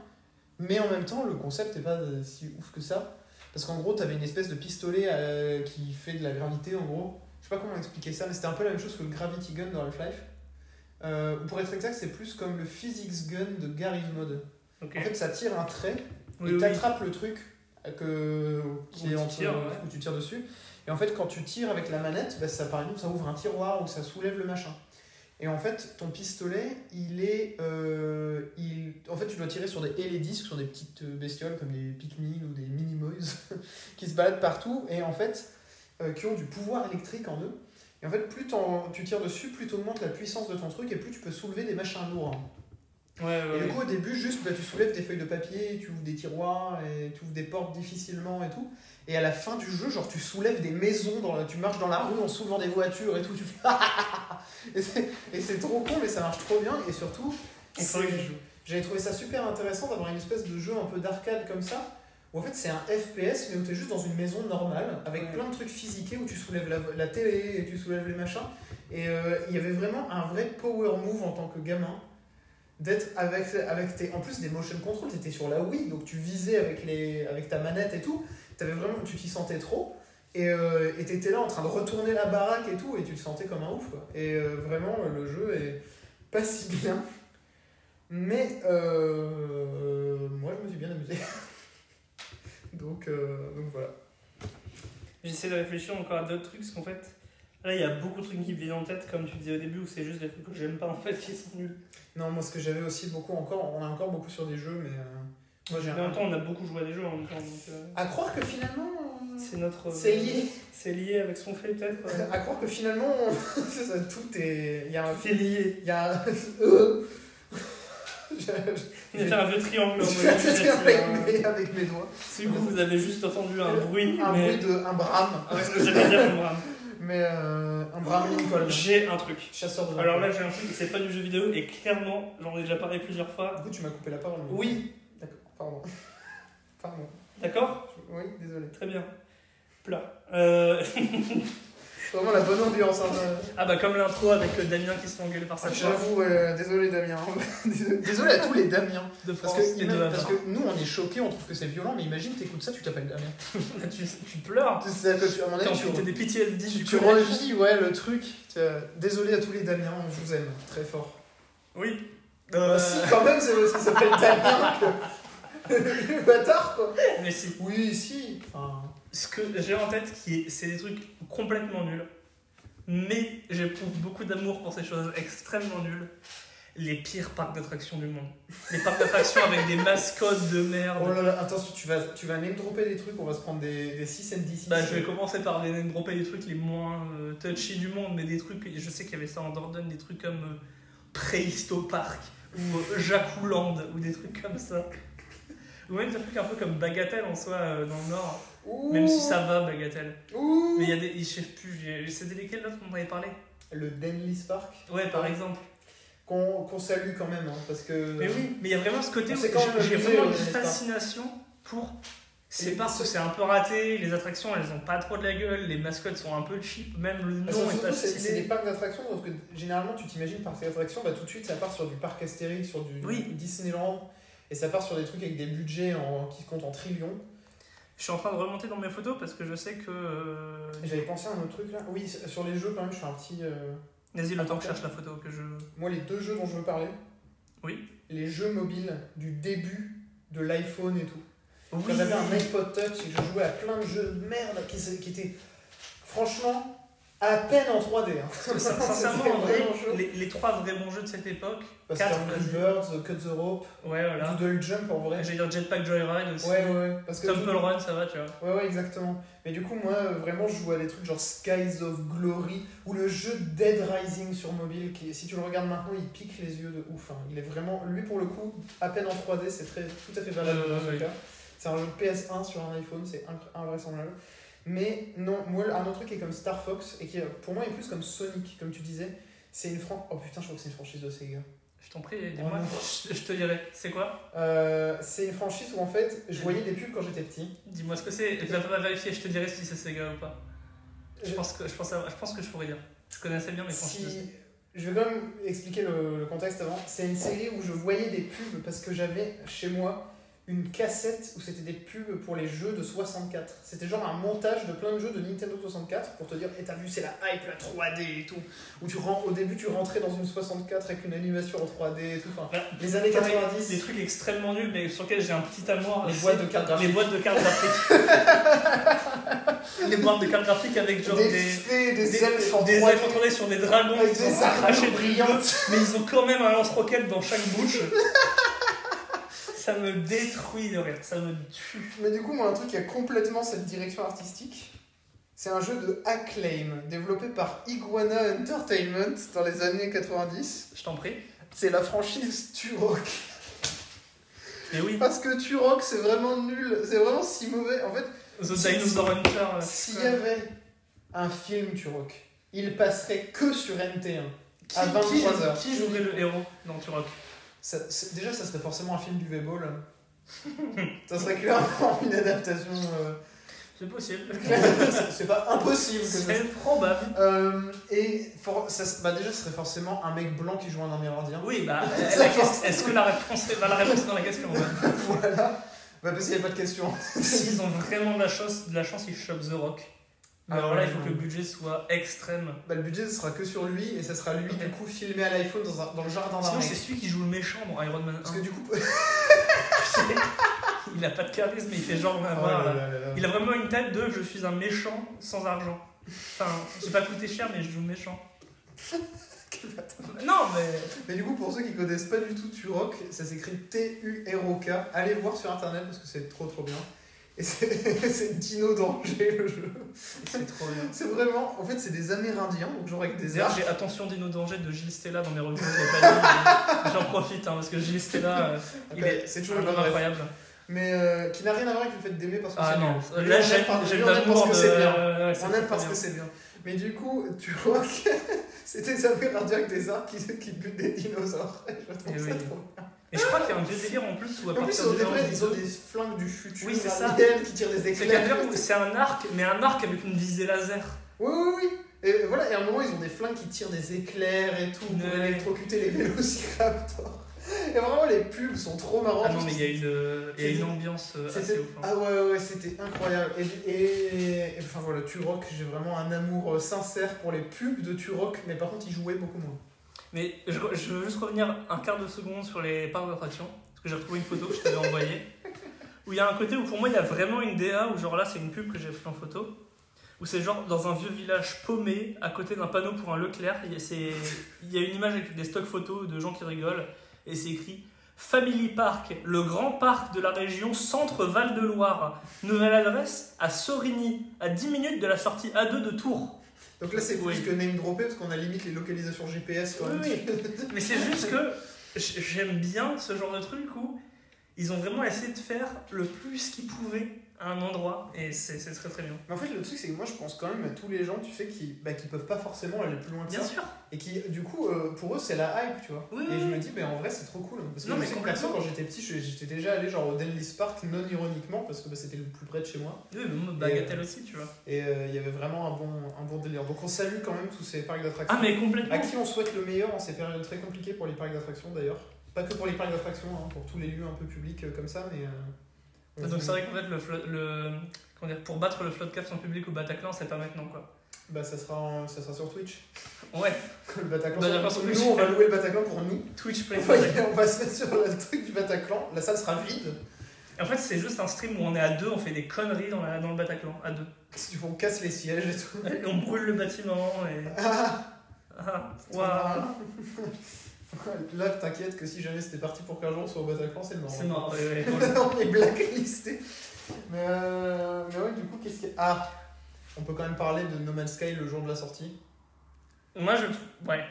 Mais en même temps, le concept n'est pas euh, si ouf que ça. Parce qu'en gros, t'avais une espèce de pistolet euh, qui fait de la gravité, en gros. Je sais pas comment expliquer ça, mais c'était un peu la même chose que le Gravity Gun dans Half-Life. Euh, pour être exact, c'est plus comme le Physics Gun de Garry's Mod. En fait, ça tire un trait et t'attrapes le truc que, qui Où est tu entre- tires, ouais. où tu tires dessus. Et en fait, quand tu tires avec la manette, bah, ça, par exemple, ça ouvre un tiroir ou ça soulève le machin. Et en fait, ton pistolet, il est. euh, il... En fait, tu dois tirer sur des hélédisques, sur des petites euh, bestioles comme des Pikmin ou des Minimoys qui se baladent partout et en fait, euh, qui ont du pouvoir électrique en eux. Et en fait, plus t'en- tu tires dessus, plus tu augmentes la puissance de ton truc et plus tu peux soulever des machins lourds. hein. Ouais, ouais, Et ouais. du coup, au début, juste bah, tu soulèves des feuilles de papier, tu ouvres des tiroirs, et tu ouvres des portes difficilement et tout. Et à la fin du jeu, genre, tu soulèves des maisons, dans la- tu marches dans la rue en soulevant des voitures et tout. Tu fais Et c'est- Et c'est trop con, mais ça marche trop bien. Et surtout, Il faudrait que c'est- j'y joue. j'avais trouvé ça super intéressant d'avoir une espèce de jeu un peu d'arcade comme ça. Où en fait, c'est un FPS, mais où t'es juste dans une maison normale, avec Ouais. plein de trucs physiqués, où tu soulèves la, la télé et tu soulèves les machins. Et euh, il y avait vraiment un vrai power move en tant que gamin. D'être avec, avec tes. En plus des motion control, t'étais sur la Wii, donc tu visais avec, les, avec ta manette et tout. T'avais vraiment, tu t'y sentais trop. Et euh, et t'étais là en train de retourner la baraque et tout, et tu le sentais comme un ouf. quoi. Et euh, vraiment, le jeu est pas si bien. Mais euh, euh, moi, je me suis bien amusé. donc, euh, donc voilà. J'essaie de réfléchir encore à d'autres trucs, parce qu'en fait, là, il y a beaucoup de trucs qui me viennent en tête, comme tu disais au début, où c'est juste des trucs que j'aime pas, en fait, qui sont nuls. Non, moi, ce que j'avais aussi beaucoup encore, on a encore beaucoup sur des jeux, mais euh, moi j'ai Mais en un. même temps, on a beaucoup joué à des jeux en même temps, donc euh, À croire que finalement. euh, c'est notre. C'est lié. C'est lié avec ce qu'on fait, peut-être. euh. À croire que finalement, c'est ça, tout est. Il y a un. C'est lié. Il y a un. Euh. Je- On a fait un vieux triangle. en Je mode fais attention imaginatif, avec hein. mes, avec mes doigts. Si vous, vous avez juste entendu un bruit, Euh, Un mais. bruit de. Un brame. Ah, c'est ce que j'allais dire, je me rame. Mais euh, un brame Lincoln. J'ai un truc. Chasseur de. Alors là, j'ai un truc, c'est pas du jeu vidéo, et clairement, j'en ai déjà parlé plusieurs fois. du coup, tu m'as coupé la parole. mais- Oui, D'accord, pardon. Pardon. d'accord Je- Oui, désolé. Très bien. Plat. Euh, C'est vraiment la bonne ambiance. hein, euh. Ah bah, comme l'intro avec euh, Damien qui se fait engueuler par sa prof J'avoue, euh, désolé Damien. désolé désolé à tous les Damiens. de Parce France que, et de ima- parce Havre. que nous, on est choqués, on trouve que c'est violent, mais imagine, t'écoutes ça, tu t'appelles Damien. tu, tu pleures. Tu sais, à quoi tu- à mon T'es avis, en tu, fait, t'es des PTSD tu- du tu collège. revis ouais, le truc. Tu- euh, Désolé à tous les Damiens, on vous aime très fort. Oui. Bah Euh, si, quand même, c'est parce qu'il s'appelle Damien que. le bâtard, quoi. Mais si. Oui, si. Enfin, Ce que j'ai en tête, qui est- c'est des trucs complètement nuls. Mais j'éprouve beaucoup d'amour pour ces choses extrêmement nulles. Les pires parcs d'attractions du monde. Les parcs d'attractions avec des mascottes de merde. oh là là, attends, tu vas, tu vas name dropper des trucs, on va se prendre des, des 6 NDC. Bah, je vais commencer par les dropper des trucs les moins euh, touchy du monde, mais des trucs, je sais qu'il y avait ça en Dordogne, des trucs comme euh, Préhisto Park ou euh, Jacouland ou des trucs comme ça. Ou même des trucs un peu comme Bagatelle en soi euh, dans le Nord, même si ça va Bagatelle. Ouh. Mais il y a des, je sais plus, j'ai- c'était lesquels d'autres on en avait parlé Le Denlis Park, Ouais, par exemple. qu'on qu'on salue quand même, hein, parce que. Mais oui, mais il y a vraiment ce côté où C'est quand même j'ai- j'ai abusé, vraiment une ouais, n'est-ce pas fascination pour ces Et- parcs où c'est un peu raté, les attractions elles ont pas trop de la gueule, les mascottes sont un peu cheap, même le Bah, nom surtout, est pas c'est- C'est des stylé. parcs d'attractions, parce que généralement, tu t'imagines parc d'attractions, bah, tout de suite, ça part sur du parc Astérix, sur du Oui. Disneyland, et ça part sur des trucs avec des budgets en- qui se comptent en trillions. Je suis en train de remonter dans mes photos parce que je sais que. euh, Et J'avais pensé à un autre truc là. Oui, sur les jeux, quand même, je suis un petit. euh, Vas-y, le temps que je cherche la photo que je. Moi, les deux jeux dont je veux parler, Oui. les jeux mobiles du début de l'iPhone et tout. Quand j'avais un iPod Touch et que je jouais à plein de jeux de merde qui, se- qui étaient franchement à peine en 3D. hein. Parce que sin- sincèrement, C'était en vrai, vraiment chaud. les, les trois vrais bons jeux de cette époque. Parce que quatre, Angry vas-y. Birds, Cut the Rope, Ouais, voilà. Doodle Jump en vrai. J'allais dire Jetpack Joyride aussi. Ouais, ouais, ouais. Parce que Temple tout- Run, ça va, tu vois. Ouais, ouais, exactement. Mais du coup, moi, euh, vraiment, je joue à des trucs genre Skies of Glory ou le jeu Dead Rising sur mobile, qui, si tu le regardes maintenant, il pique les yeux de ouf. hein. Il est vraiment, lui pour le coup, à peine en 3D, c'est très, tout à fait valable Ouais, ouais, dans ce ouais. cas. C'est un jeu de PS1 sur un iPhone, c'est incr- invraisemblable. Mais non, moi, un autre truc qui est comme Star Fox et qui, euh, pour moi, est plus comme Sonic, comme tu disais. C'est une franchise. Oh putain, je crois que c'est une franchise de Sega. Je t'en prie, dis-moi. non. Je, je te dirai. C'est quoi Euh, c'est une franchise où en fait, je voyais des pubs quand j'étais petit. Dis-moi ce que c'est. Je vais pas vérifier, je te dirai si c'est Sega ou pas. Je Je- pense que je, pense à- je, pense que je pourrais dire. Je connaissais bien, mais quand je- Euh. Si... Je vais quand même expliquer le, le contexte avant. C'est une série où je voyais des pubs parce que j'avais chez moi une cassette où c'était des pubs pour les jeux de 64. C'était genre un montage de plein de jeux de Nintendo 64 pour te dire Et t'as vu, c'est la hype, la 3D et tout. Où tu ren- au début, tu rentrais dans une 64 avec une animation en 3D et tout. Enfin, Voilà. les années Pareil, Des 90, trucs extrêmement nuls, mais sur lesquels j'ai un petit amour. les C'est- boîtes de cartes Les graphiques, boîtes de cartes graphiques. les boîtes de cartes graphiques avec genre des, des. fées, des, des- elfes en des 3D, elfes entraînés sur des dragons avec qui sont en des train de cracher armes des brillantes. feux, mais ils ont quand même un lance-roquette dans chaque bouche. Ça me détruit de rire, ça me tue. Mais du coup, moi, un truc qui a complètement cette direction artistique, c'est un jeu de Acclaim, développé par Iguana Entertainment dans les années 90. Je t'en prie. C'est la franchise Turok. Mais oui, Parce que Turok, c'est vraiment nul, c'est vraiment si mauvais. En fait, The Si- Dinosaur Hunter. euh, s'il y avait un film Turok, il passerait que sur NT1. Qui, À 23 qui- heures. qui jouerait le héros dans Turok Ça- c'est- déjà, ça serait forcément un film du V-Ball. ça serait clairement une adaptation. euh, C'est possible. c'est- c'est pas impossible que ça C'est probable. Euh, et for- ça, s- bah déjà, ce serait forcément un mec blanc qui joue un Amérindien. Oui, bah, la question- est-ce que la réponse est bah, la réponse est dans la question ouais. voilà. Bah, parce qu'il n'y a pas de question. S'ils ont vraiment de la chance, de la chance ils chopent The Rock. Mais Ah, alors là, il faut ouais. que le budget soit extrême. Bah, le budget, ce sera que sur lui, et ça sera lui, du coup, filmé à l'iPhone dans, un- dans le jardin d'un Sinon, c'est mec. celui qui joue le méchant dans Iron Man 1. Parce que du coup. il a pas de charisme, mais il fait genre. Oh Ah, voilà. là là là là. Il a vraiment une tête de je suis un méchant sans argent. Enfin, j'ai pas coûté cher, mais je joue le méchant. non, mais. Mais du coup, pour ceux qui connaissent pas du tout Turok, ça s'écrit T-U-R-O-K. Allez voir sur internet parce que c'est trop trop bien. Et c'est c'est Dino Danger le jeu. C'est trop bien. C'est vraiment. En fait, c'est des Amérindiens, donc genre avec des D'ailleurs, arches. j'ai Attention Dino Danger de Gilles Stella dans mes reviews, je l'ai pas dit, mais j'en profite hein, parce que Gilles Stella, euh, il est C'est toujours une bonne vraiment ref. incroyable. Mais euh, qui n'a rien à voir avec le fait d'aimer parce que Ah c'est non, nul. là Lui, on aime j'aime par- j'aime lui, on aime parce d'amour que de- c'est bien. ouais, ouais, c'est On très aime parce bien. que c'est bien. Mais du coup, Turok, c'est des Amérindiens avec des arcs qui, qui butent des dinosaures. Je trouve Eh ça oui. trop Et je crois qu'il y a un vieux délire en plus où à En plus, partir ils ont, de des là, on vrais- dit- ils ont des flingues du futur. Oui, c'est ça. réelles qui tirent des C'est qu'à éclairs. l'heure où c'est un arc, mais un arc avec une visée laser. Oui, oui, oui. Et voilà, et à un moment, ils ont des flingues qui tirent des éclairs et tout pour Ouais. électrocuter les vélociraptors. Et vraiment, les pubs sont trop marrantes. Ah non, mais il y a une, euh, il y a une ambiance euh, C'était- assez ouf. hein. Ah ouais, ouais, ouais, c'était incroyable. Et, et- et- enfin voilà, Turok, j'ai vraiment un amour euh, sincère pour les pubs de Turok, mais par contre, ils jouaient beaucoup moins. Mais je, je veux juste revenir un quart de seconde sur les parcs d'attraction, parce que j'ai retrouvé une photo que je t'avais envoyée, où il y a un côté où pour moi il y a vraiment une DA, où genre là c'est une pub que j'ai pris en photo, où c'est genre dans un vieux village paumé, à côté d'un panneau pour un Leclerc, il y a, c'est- il y a une image avec des stocks photos de gens qui rigolent, et c'est écrit Family Park, le grand parc de la région Centre-Val de Loire, nouvelle adresse à Sorigny, à 10 minutes de la sortie A2 de Tours. Donc là, c'est plus Oui. que name dropper parce qu'on a limite les localisations GPS quand Oui, même. Mais c'est juste que j- j'aime bien ce genre de truc où ils ont vraiment essayé de faire le plus qu'ils pouvaient à un endroit et c'est c'est très très bien. Mais en fait, le truc, c'est que moi, je pense quand même à tous les gens, tu sais, qui, bah, qui peuvent pas forcément aller plus loin que ça. Bien sûr. Et qui, du coup, euh, pour eux, c'est la hype, tu vois. Oui, et oui, je me oui. dis, mais en vrai, c'est trop cool. Parce que Non, je mais sais que complètement. perso, quand j'étais petit, je- j'étais déjà allé genre au Denlis Park, non ironiquement, parce que bah, c'était le plus près de chez moi. Oui, mais moi, bagatelle aussi, tu vois. Et euh, il y avait vraiment un bon, un bon délire. Donc on salue quand même tous ces parcs d'attractions. Ah, mais À complètement. qui on souhaite le meilleur en ces périodes très compliquées pour les parcs d'attractions d'ailleurs. Pas que pour les parcs d'attractions, hein, pour tous les lieux un peu publics euh, comme ça, mais. euh, on- Ah, Donc c'est vrai qu'en fait, le, flo- le comment dire, pour battre le floodcast en public au Bataclan, c'est pas maintenant quoi. Bah, ça sera, en- ça sera sur Twitch. Ouais, Le Bataclan. Bah, d'accord, sur sur nous, Twitch. on va louer le Bataclan pour nous. Twitch Play On va, y- on va se mettre sur le truc du Bataclan. La salle sera vide. En fait, c'est juste un stream où on est à deux, on fait des conneries dans, la- dans le Bataclan, à deux. Si on casse les sièges et tout. Et on brûle le bâtiment et. Ah, waouh. Là, t'inquiète que si jamais c'était parti pour 15 jours sur le Bataclan, c'est mort. C'est mort, ouais, ouais. on est blacklisté. Mais, euh, mais ouais, du coup, qu'est-ce qu'il y a Ah On peut quand même parler de No Man's Sky le jour de la sortie, Moi, je. Ouais.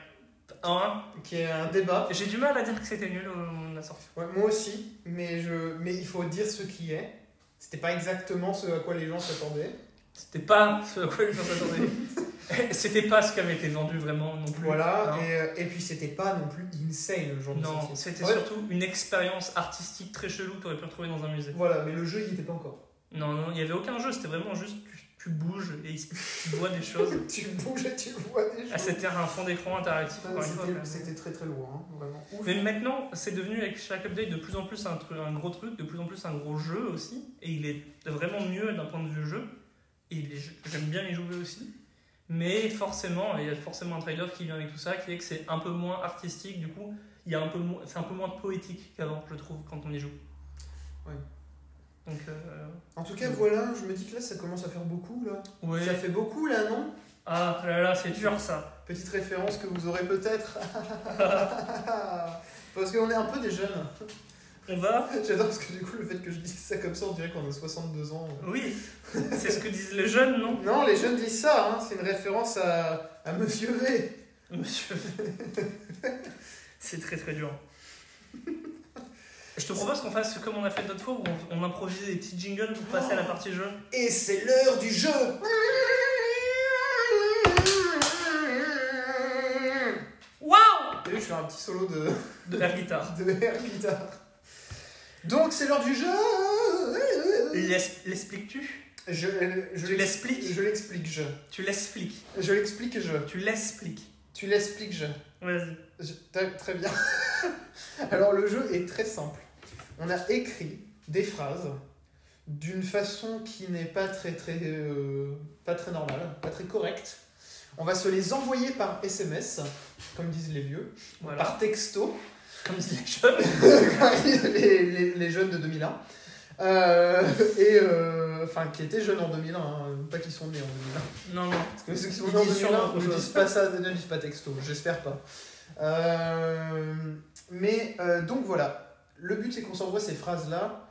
En un. qui est un débat. J'ai du mal à dire que c'était nul au moment de la sortie. Ouais, moi aussi, mais, je, mais il faut dire ce qui est. C'était pas exactement ce à quoi les gens s'attendaient. C'était pas ce à quoi les gens s'attendaient. c'était pas ce qui avait été vendu vraiment non plus. Voilà, Non. et, et puis c'était pas non plus insane le jour de la Non, sortie. c'était Ouais, surtout une expérience artistique très chelou que t'aurais pu retrouver dans un musée. Voilà, mais le jeu il y était pas encore. Non, non, il y avait aucun jeu, c'était vraiment juste tu, tu bouges et il se- tu vois des choses. tu bouges et tu vois des Ah, choses. c'était un fond d'écran interactif Ouais, encore une fois. c'était- quand même. C'était très très lourd, hein, vraiment. Ouf. Mais maintenant, c'est devenu avec chaque update de plus en plus un, truc, un gros truc, de plus en plus un gros jeu aussi. Et il est vraiment mieux d'un point de vue jeu. Et il est- j'aime bien y jouer aussi. Mais forcément, il y a forcément un trade-off qui vient avec tout ça, qui est que c'est un peu moins artistique. Du coup, il y a un peu moins, c'est un peu moins poétique qu'avant, je trouve, quand on y joue. Ouais. Donc, euh, En tout cas, voilà, je me dis que là ça commence à faire beaucoup là. Ça fait beaucoup là, non Ah là là, c'est dur ça. Petite référence que vous aurez peut-être. Parce qu'on est un peu des jeunes. On va. J'adore parce que du coup, le fait que je dise ça comme ça, on dirait qu'on a 62 ans. Oui, c'est ce que disent les jeunes, non Non, les jeunes disent ça, hein. c'est une référence à, à Monsieur V. Monsieur. c'est très très dur. Je te propose qu'on fasse comme on a fait d'autres fois où on, on improvise des petits jingles pour passer à la partie jeu. Et c'est l'heure du jeu sur un petit solo de, de la guitare. de air guitare. Donc c'est l'heure du jeu L'es- L'expliques-tu Je, je Tu l'ex- l'expliques Je l'explique, je. Tu l'expliques. Je l'explique, je. Tu l'expliques. Tu l'expliques, je. Vas-y. Je- t'as- Très bien. Alors le jeu est très simple. On a écrit des phrases d'une façon qui n'est pas très très euh, pas très normale, pas très correcte. On va se les envoyer par SMS, comme disent les vieux, Voilà. par texto, Comme disent les jeunes. les, les- les jeunes de 2001. Euh, et euh, enfin qui étaient jeunes en 2001, hein, pas qui sont nés en 2001. Non, non. Parce que ceux qui sont Ils nés en disent 2001 sûrement autre ne chose. disent pas ça, ne disent pas texto, j'espère pas. Euh, mais euh, donc voilà, le but c'est qu'on s'envoie ces phrases-là.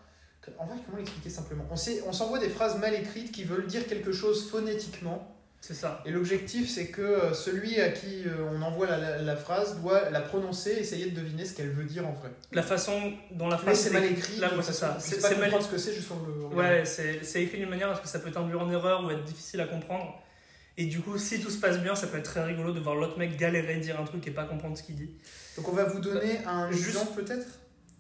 En vrai, comment l'expliquer simplement On s'est- On s'envoie des phrases mal écrites qui veulent dire quelque chose phonétiquement. C'est ça. Et l'objectif c'est que euh, celui à qui euh, on envoie la, la- la phrase doit la prononcer, essayer de deviner ce qu'elle veut dire en vrai. La façon dont la Mais phrase. c'est est mal écrite- écrit, Là, de moi, toute c'est façon, ça. on C'est- sait pas c'est mal- comprendre ce que c'est juste en le regardant. Ouais, c'est c'est écrit d'une manière parce que ça peut être induire en erreur ou être difficile à comprendre. Et du coup, si tout se passe bien, ça peut être très rigolo de voir l'autre mec galérer, dire un truc et pas comprendre ce qu'il dit. Donc on va vous donner un juste- exemple peut-être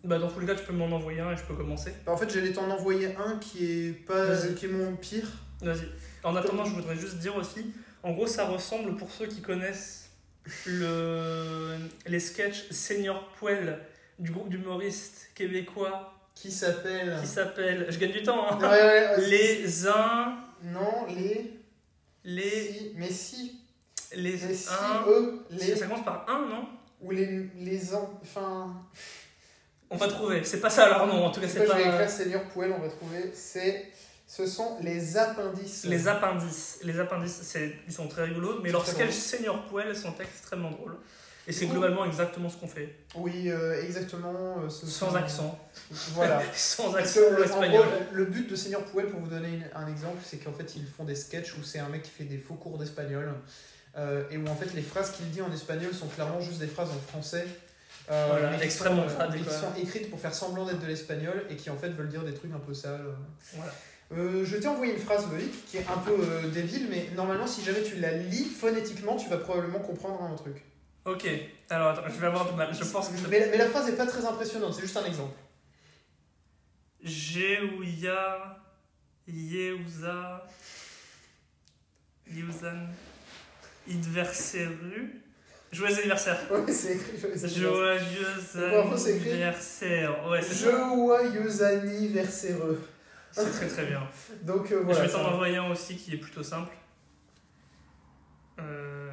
Bah, dans tous les cas, tu peux m'en envoyer un et je peux commencer. Bah, En fait, j'allais t'en envoyer un qui est pas Vas-y. qui est mon pire. Vas-y. En attendant, je voudrais juste dire aussi, en gros, ça ressemble pour ceux qui connaissent le, les sketchs Senior Poel du groupe d'humoristes québécois qui s'appelle. qui s'appelle. Je gagne du temps, hein Ouais, ouais, ouais. Les uns. Non, les. Les. si, mais si. Les Mais si, uns. eux, les. Ça commence par un, non Ou les. les en- enfin. On va trouver. C'est pas ça leur nom, en tout cas, je sais c'est pas, pas. je vais écrire Seigneur Pouel, on va trouver. C'est. Ce sont les appendices. Les appendices, les appendices, c'est- ils sont très rigolos, mais leurs Très sketchs drôle. Senior Poel sont extrêmement drôles. Et c'est Cool. globalement exactement ce qu'on fait, Oui, euh, exactement. euh, ce sans sont- accent. Voilà. sans Parce accent que, en espagnol. gros, le but de Seigneur Pouel, pour vous donner une- un exemple, c'est qu'en fait, ils font des sketchs où c'est un mec qui fait des faux cours d'espagnol euh, et où en fait, les phrases qu'il dit en espagnol sont clairement juste des phrases en français. euh, Voilà, mais qui extrêmement sont, euh, crades, mais qui quoi. sont écrites pour faire semblant d'être de l'espagnol et qui en fait veulent dire des trucs un peu sales. Voilà. Euh, je t'ai envoyé une phrase, Loïc, qui est un peu euh, débile, mais normalement, si jamais tu la lis phonétiquement, tu vas probablement comprendre un truc. Ok, alors attends, je vais avoir du mal. Je pense que Mais, mais la phrase n'est pas très impressionnante, c'est juste un exemple. Jeuya, Yeuza, Yeuzan, Idverseru. Joyeux anniversaire. Ouais, c'est écrit. ouais, c'est bien. Joyeux Bravo, c'est écrit. anniversaire. Ouais, c'est ça. Joyeux anniversaire. C'est très très bien. Donc euh, voilà. je vais t'en ça. envoyer un aussi qui est plutôt simple. Euh,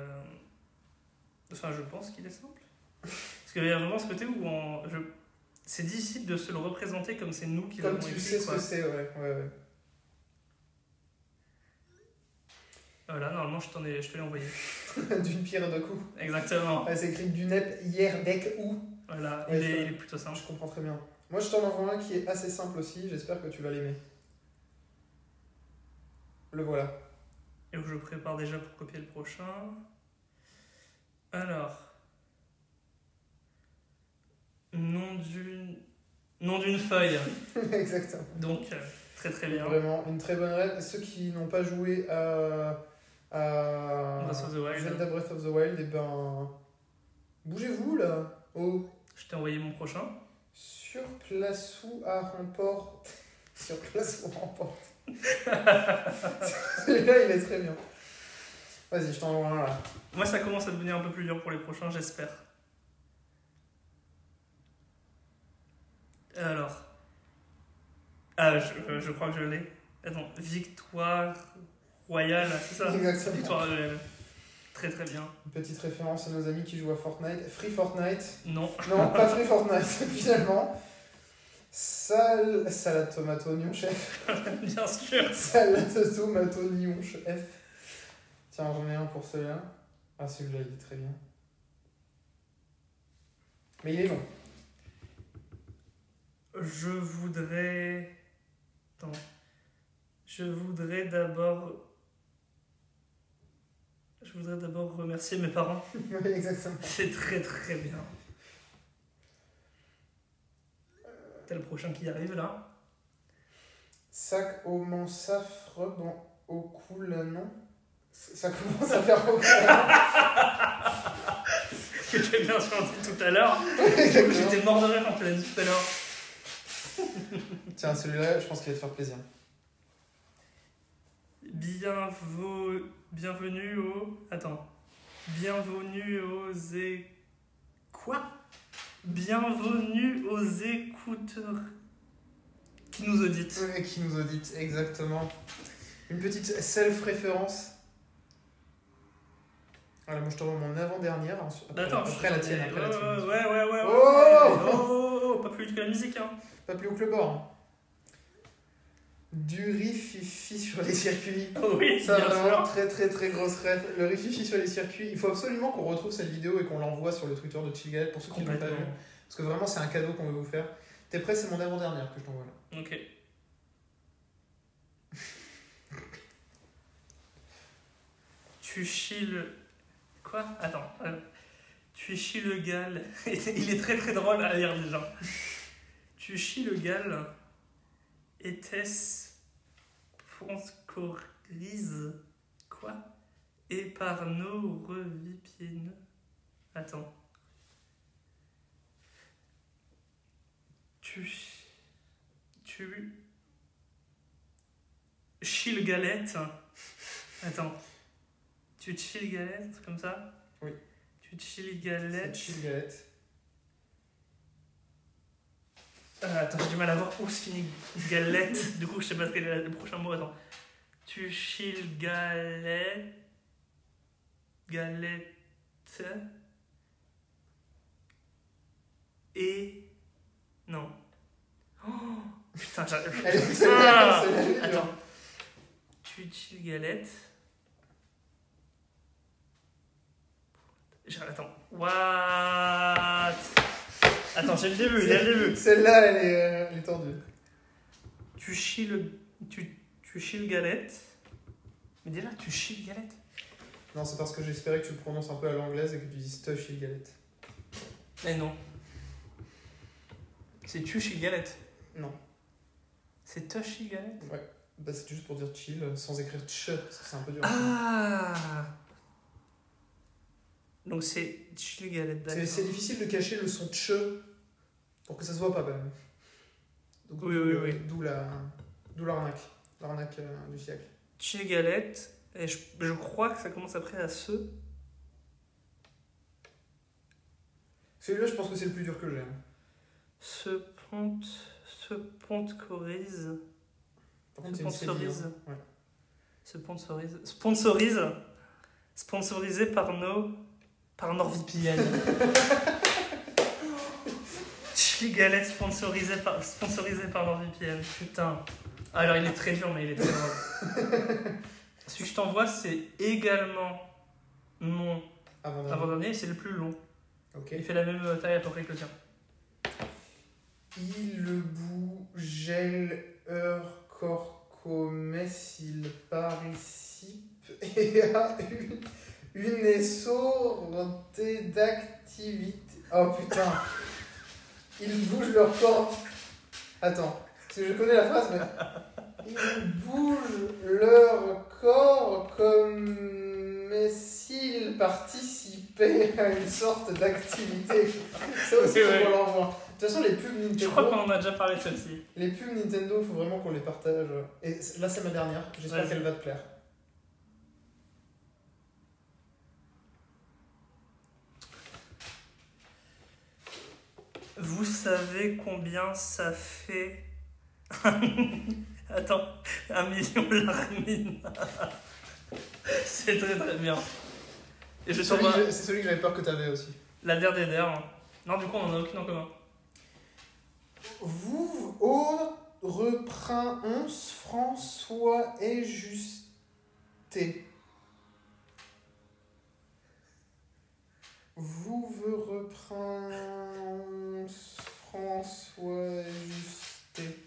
Enfin, je pense qu'il est simple. Parce qu'il y a vraiment ce côté où on- je- c'est difficile de se le représenter comme c'est nous qui Comme l'avons tu écrit. sais ce quoi. que c'est, ouais. ouais, ouais. Voilà, Euh, normalement, je, t'en ai, je te l'ai envoyé. D'une pierre deux coups. Exactement. Ah, c'est écrit du net hier deck ou. Voilà, Ouais, il, ça. est, il est plutôt simple. Je comprends très bien. Moi je t'en envoie un qui est assez simple aussi, j'espère que tu vas l'aimer. Le voilà. Et je prépare déjà pour copier le prochain. Alors. Nom d'une. Nom d'une feuille. Exactement. Donc, euh, très très bien. Vraiment une très bonne règle. Ceux qui n'ont pas joué à, à Breath of the Wild. Zelda Breath of the Wild, et ben. Bougez-vous là Oh Je t'ai envoyé mon prochain. Sur place ou à remporte. Sur place ou à remporte. Celui-là, il est très bien. Vas-y, je t'envoie un là. Moi, ça commence à devenir un peu plus dur pour les prochains, j'espère. Alors. Ah, je, je crois que je l'ai. Attends, victoire royale, c'est ça Exactement. Victoire royale. Très très bien. Une petite référence à nos amis qui jouent à Fortnite. Free Fortnite. Non. Non, pas Free Fortnite, finalement. Sal... Salade tomate oignon, chef. bien sûr. Salade tomate oignon, chef. Tiens, j'en ai un pour celui-là. Ah, celui-là, il est très bien. Mais il est long. Je voudrais. Attends. Je voudrais d'abord. Je voudrais d'abord remercier mes parents. Oui, exactement. C'est très très bien. T'as le prochain qui arrive là Sac au Mans Safre, bon, au cou, là, non Ça commence à faire beaucoup. que quelqu'un s'en dit tout à l'heure. Exactement. J'étais mort de rire quand tu l'as dit tout à l'heure. Tiens, celui-là, je pense qu'il va te faire plaisir. Bienvo- Bienvenue au. Attends. Bienvenue aux é... Quoi Bienvenue aux écouteurs qui nous auditent. Ouais, qui nous audite, exactement. Une petite self-référence. Voilà, moi je t'envoie mon avant-dernière. ensu- Après, Bah, Attends, après la je- tienne, après la tienne. Ouais, ouais, ouais, ouais, ouais, Oh ouais, oh, oh, oh, Pas plus vite que la musique, hein. Pas plus haut que le bord. hein. Du rififi sur les circuits. Oh oui, Ça, bien vraiment, sûr. très très très grosse rêve. Le rififi sur les circuits, il faut absolument qu'on retrouve cette vidéo et qu'on l'envoie sur le Twitter de Chigal pour ceux qui ne l'ont pas Complètement. vu. Parce que vraiment, c'est un cadeau qu'on veut vous faire. T'es prêt C'est mon avant-dernière que je t'envoie là. Ok. tu chies le. Quoi Attends. euh, Tu chies le gal. Il est très très drôle à lire déjà. tu chies le gal. Était-ce. Ponscorise Quoi Et par nos revipines. Attends. Tu chies. Tu. Chill galette. Attends. Tu chill galette, un truc comme ça Oui. Tu chill C'est galette. Chill Galette. Ah, attends, j'ai du mal à voir où se finit galette. du coup, je sais pas quel est le prochain mot. Attends. Tu chill galette. Galette. Et. Non. Oh, putain, j'arrive. Elle est- Ah c'est la vidéo. Attends. Tu chill galette. J'ai- Attends. What Attends, j'ai le début, j'ai le début. Celle-là, elle est, euh, elle est tendue. Tu chies le. Tu, tu chies le galette. Mais déjà, tu chies le galette. Non, c'est parce que j'espérais que tu le prononces un peu à l'anglaise et que tu dis stuff il galette. Mais Eh non. C'est tu chies le galette. Non. C'est te chies le galette. Bah, c'est juste pour dire chill euh, sans écrire tch parce que c'est un peu dur. Ah Donc c'est chies le galette. C'est- d'accord. c'est difficile de cacher le son tch pour que ça se voit pas quand même. Donc, Oui, d'où, oui, euh, oui. D'où la d'où l'arnaque, l'arnaque euh, du siècle. Chies le galette. Et je, je crois que ça commence après à se. Celui-là, je pense que c'est le plus dur que j'ai. hein. Se ponte. Se ponte corise. Par contre, c'est une série, Sponsorise. hein. Ouais. Sponsorise. Sponsorise. Sponsorisé par nos. Par NordVPN. Chili galette sponsorisé par, sponsorisé par NordVPN. Putain. Alors il est très dur, mais il est très drôle. Celui que je t'envoie, c'est également mon Avant d'aller. avant-dernier, c'est le plus long. Ok. Il fait la même taille à peu près que le tien. Il le bout gel heure corps comesse il participe et a une, une essorté d'activité. Oh putain Ils bougent leur corps. Attends, parce que je connais la phrase, mais. Ils bougent leur corps comme s'ils participaient à une sorte d'activité. Ça aussi, Oui, ouais. on l'envoie. De toute façon, les pubs Nintendo. Je crois qu'on en a déjà parlé de celle-ci. Les pubs Nintendo, faut vraiment qu'on les partage. Et c- là, c'est ma dernière. J'espère Vas-y. qu'elle va te plaire. Vous savez combien ça fait Attends, un million de larmines. C'est très très bien. Et je C'est suis celui, que j'ai- c'est celui que j'avais peur que t'avais aussi. la dernière dernière. Non, du coup, on en a aucune en commun. Vous, au reprint 11, François et Justé. Vous, vous reprint 11, François et Justé.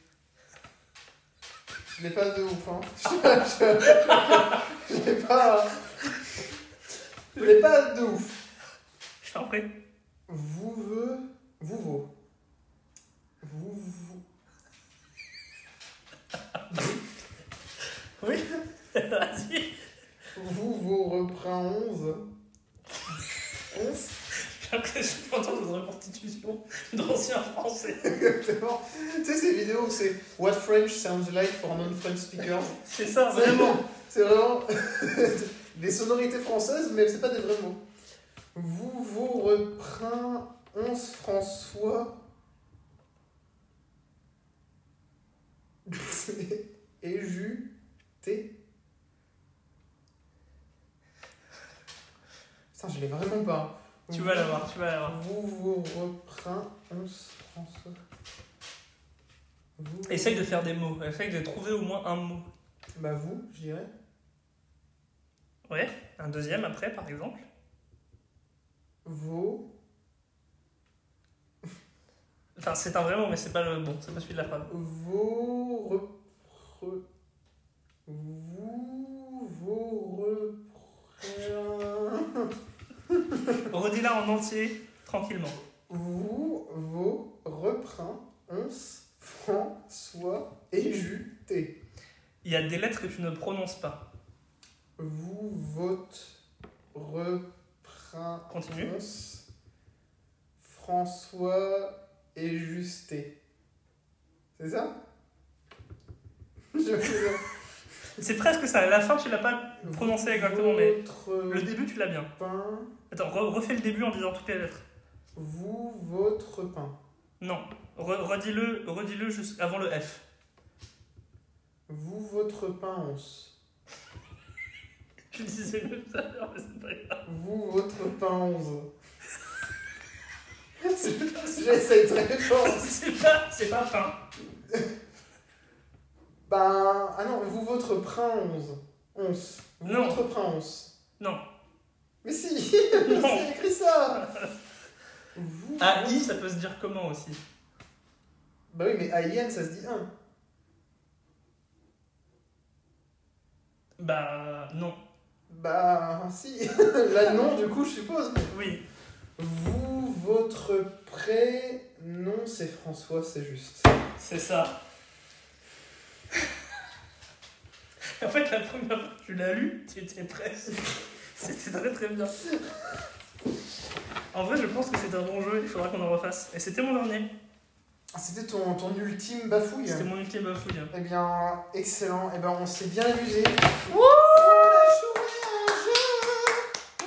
Je l'ai pas de ouf, hein. Je, je- je l'ai pas. hein. Je l'ai pas de ouf. Je t'en prie. Vous veux. Vous vaut. Vous vous. Oui Vas-y. Vous vos reprend 11. 11 Je que je suis content de la reconstitution d'anciens français. Exactement. Tu sais, ces vidéos où c'est What French sounds like for non-French speakers. C'est ça, vraiment. C'est vraiment des sonorités françaises, mais c'est pas des vrais mots. Vous vous reprend 11 François. Et jus. T. Putain, je l'ai vraiment pas. hein. Tu vas l'avoir, tu vas l'avoir. Vous vous reprend 11 François. Vous- Essaye de faire des mots, essaye de trouver au moins un mot. Bah, vous, je dirais. Ouais, un deuxième après, par exemple. Vos. Enfin, c'est un vrai mot, mais c'est pas le bon, c'est pas celui de la phrase. Vos. repre- Vous. Vos. repren- Redis-la en entier, tranquillement. Vous, vos, reprends, once, franc, soie, et jus, thé. Il y a des lettres que tu ne prononces pas. Vous, vote, reprends, Continue. once, François, et justé. C'est ça Je C'est presque ça, la fin tu l'as pas prononcé exactement, mais le début tu l'as bien. pain, Attends, re- refais le début en disant toutes les lettres. vous, votre pain. Non, Re- redis-le redis le juste avant le F. Vous, votre pain, once. Tu disais le tout à l'heure, mais c'est pas grave. Vous, votre pain, onze. J'essaye très fort. C'est pas, c'est pas fin. Ben. Ah non, vous, votre prince 11. 11. Vous, Non. votre prince 11. Non. Mais si C'est écrit ça Vous. AI, ça peut se dire comment aussi Bah oui, mais AIN, ça se dit 1. Bah non. Bah. Si Là, non, du coup, je suppose. Oui. Vous, votre prénom, c'est François, c'est juste. C'est ça. en fait, la première fois que tu l'as lu, tu étais presque. C'était très très bien. En vrai, je pense que c'est un bon jeu, il faudra qu'on en refasse. Et c'était mon dernier. Ah, C'était ton, ton ultime bafouille. C'était mon ultime bafouille. Eh bien, excellent. Eh bien, on s'est bien amusé. On a joué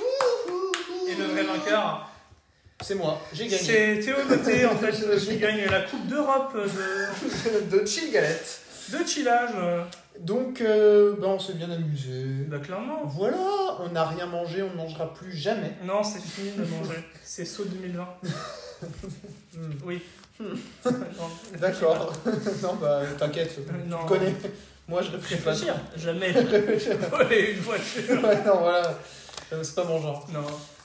un jeu. Wouhou. Et le vrai vainqueur, C'est moi, j'ai gagné. c'est Théo Noté, en fait, euh, qui gagne la Coupe d'Europe de, de chill galette. de chillage. Donc, euh, bah, on s'est bien amusé. Bah, clairement. Voilà, on n'a rien mangé, on ne mangera plus jamais. Non, c'est fini de manger. C'est saut 2020. Hmm. Oui. Non. D'accord. non, bah, t'inquiète, Non. tu connais. Moi, je réfléchis pas. Réfléchir. Jamais. Voler une voiture. Ouais, non, voilà. Euh, C'est pas mon genre. Non.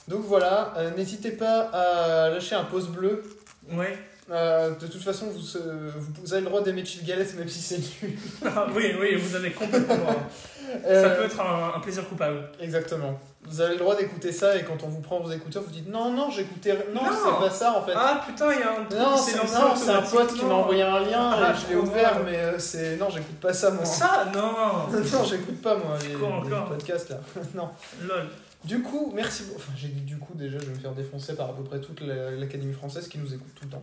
Donc voilà, euh, n'hésitez pas à lâcher un pouce bleu. Ouais. Euh, de toute façon, vous, euh, vous- vous avez le droit d'aimer Chill Galette, même si c'est nul. Ah, oui, oui, vous avez complètement. le droit. Ça Euh, peut être un, un plaisir coupable. Exactement. Vous avez le droit d'écouter ça et quand on vous prend vos écouteurs, vous dites non, non, j'écoutais. rien. Non, Non. c'est pas ça en fait. Ah putain, il y a un. truc non, qui s'est c'est lancé non, c'est un pote qui m'a automatiquement. envoyé un lien Ah, et je l'ai trop ouvert, drôle. mais euh, c'est. Non, j'écoute pas ça moi. Ça, non. non, j'écoute pas moi les, quoi les encore podcasts là. non. Lol. Du coup, merci beaucoup. Enfin, j'ai dit du coup, déjà, je vais me faire défoncer par à peu près toute la- l'Académie française qui nous écoute tout le temps.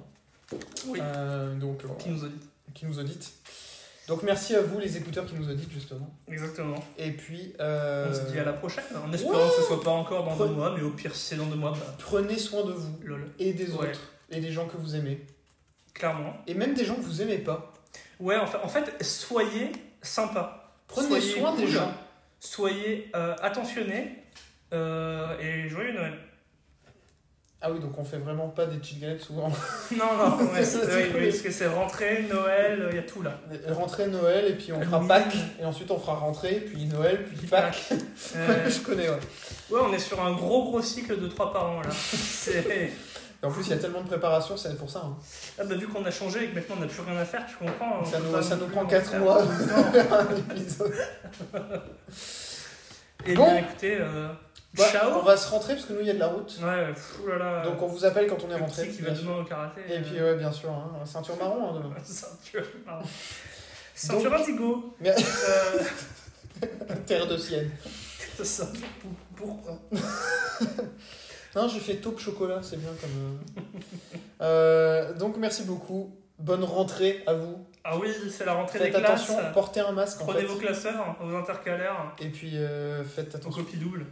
Oui. Euh, donc, voilà, Qui nous audite. qui nous audite. Donc, merci à vous les écouteurs qui nous auditent justement. Exactement. Et puis. euh, On se dit à la prochaine. En espérant que ce soit pas encore dans deux Pre- mois, mais au pire, si c'est dans deux mois, bah. euh, Prenez soin de vous Lol. et des Ouais. autres et des gens que vous aimez. Clairement. Et même des gens que vous aimez pas. Ouais, en fait, en fait soyez sympa. Prenez Soyez soin des cool. gens. Soyez euh, attentionnés. euh, et joyeux Noël. Ah oui, donc on fait vraiment pas des chill galettes souvent. Non, non, ouais, Ça, c'est ouais, cool. oui, parce que c'est rentrée, Noël, il y a tout là. Rentrée Noël, et puis on fera Halloween. Pâques, et ensuite on fera rentrée, puis Noël, puis Pâques. Euh, je connais, ouais. ouais, on est sur un gros gros cycle de 3 par an là. C'est- Et en plus, il y a tellement de préparation, c'est pour ça. hein. Ah bah, vu qu'on a changé et que maintenant on n'a plus rien à faire, tu comprends on Ça peut nous- pas ça non nous plus prend en quatre faire mois. tout le temps. Un épisode. Et Bon. Eh bien écoutez, euh, Ouais, Bah, on ciao va se rentrer parce que nous, il y a de la route. Ouais, pff, oulala. Donc on vous appelle quand on est le rentré. petit qui va bien sûr. demain au karaté. euh, Et puis, ouais, bien sûr, hein, ceinture marron hein, demain. Ceinture. pardon. Ceinture indigo. Mais- Euh, Terre de sienne. Ça, pour- Pourquoi Non, j'ai fait taupe chocolat, c'est bien comme. euh. Euh, donc merci beaucoup. Bonne rentrée à vous. Ah oui, c'est la rentrée Faites des classes. attention, portez un masque en Prenez fait. vos classeurs, hein, vos intercalaires, Et puis euh, faites vos attention. copies doubles.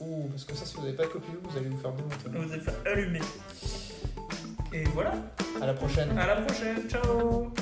Ouh, parce que ça, si vous n'avez pas de copie, vous allez vous faire démonter. Vous êtes allumés. Et voilà, À la prochaine. à la prochaine, ciao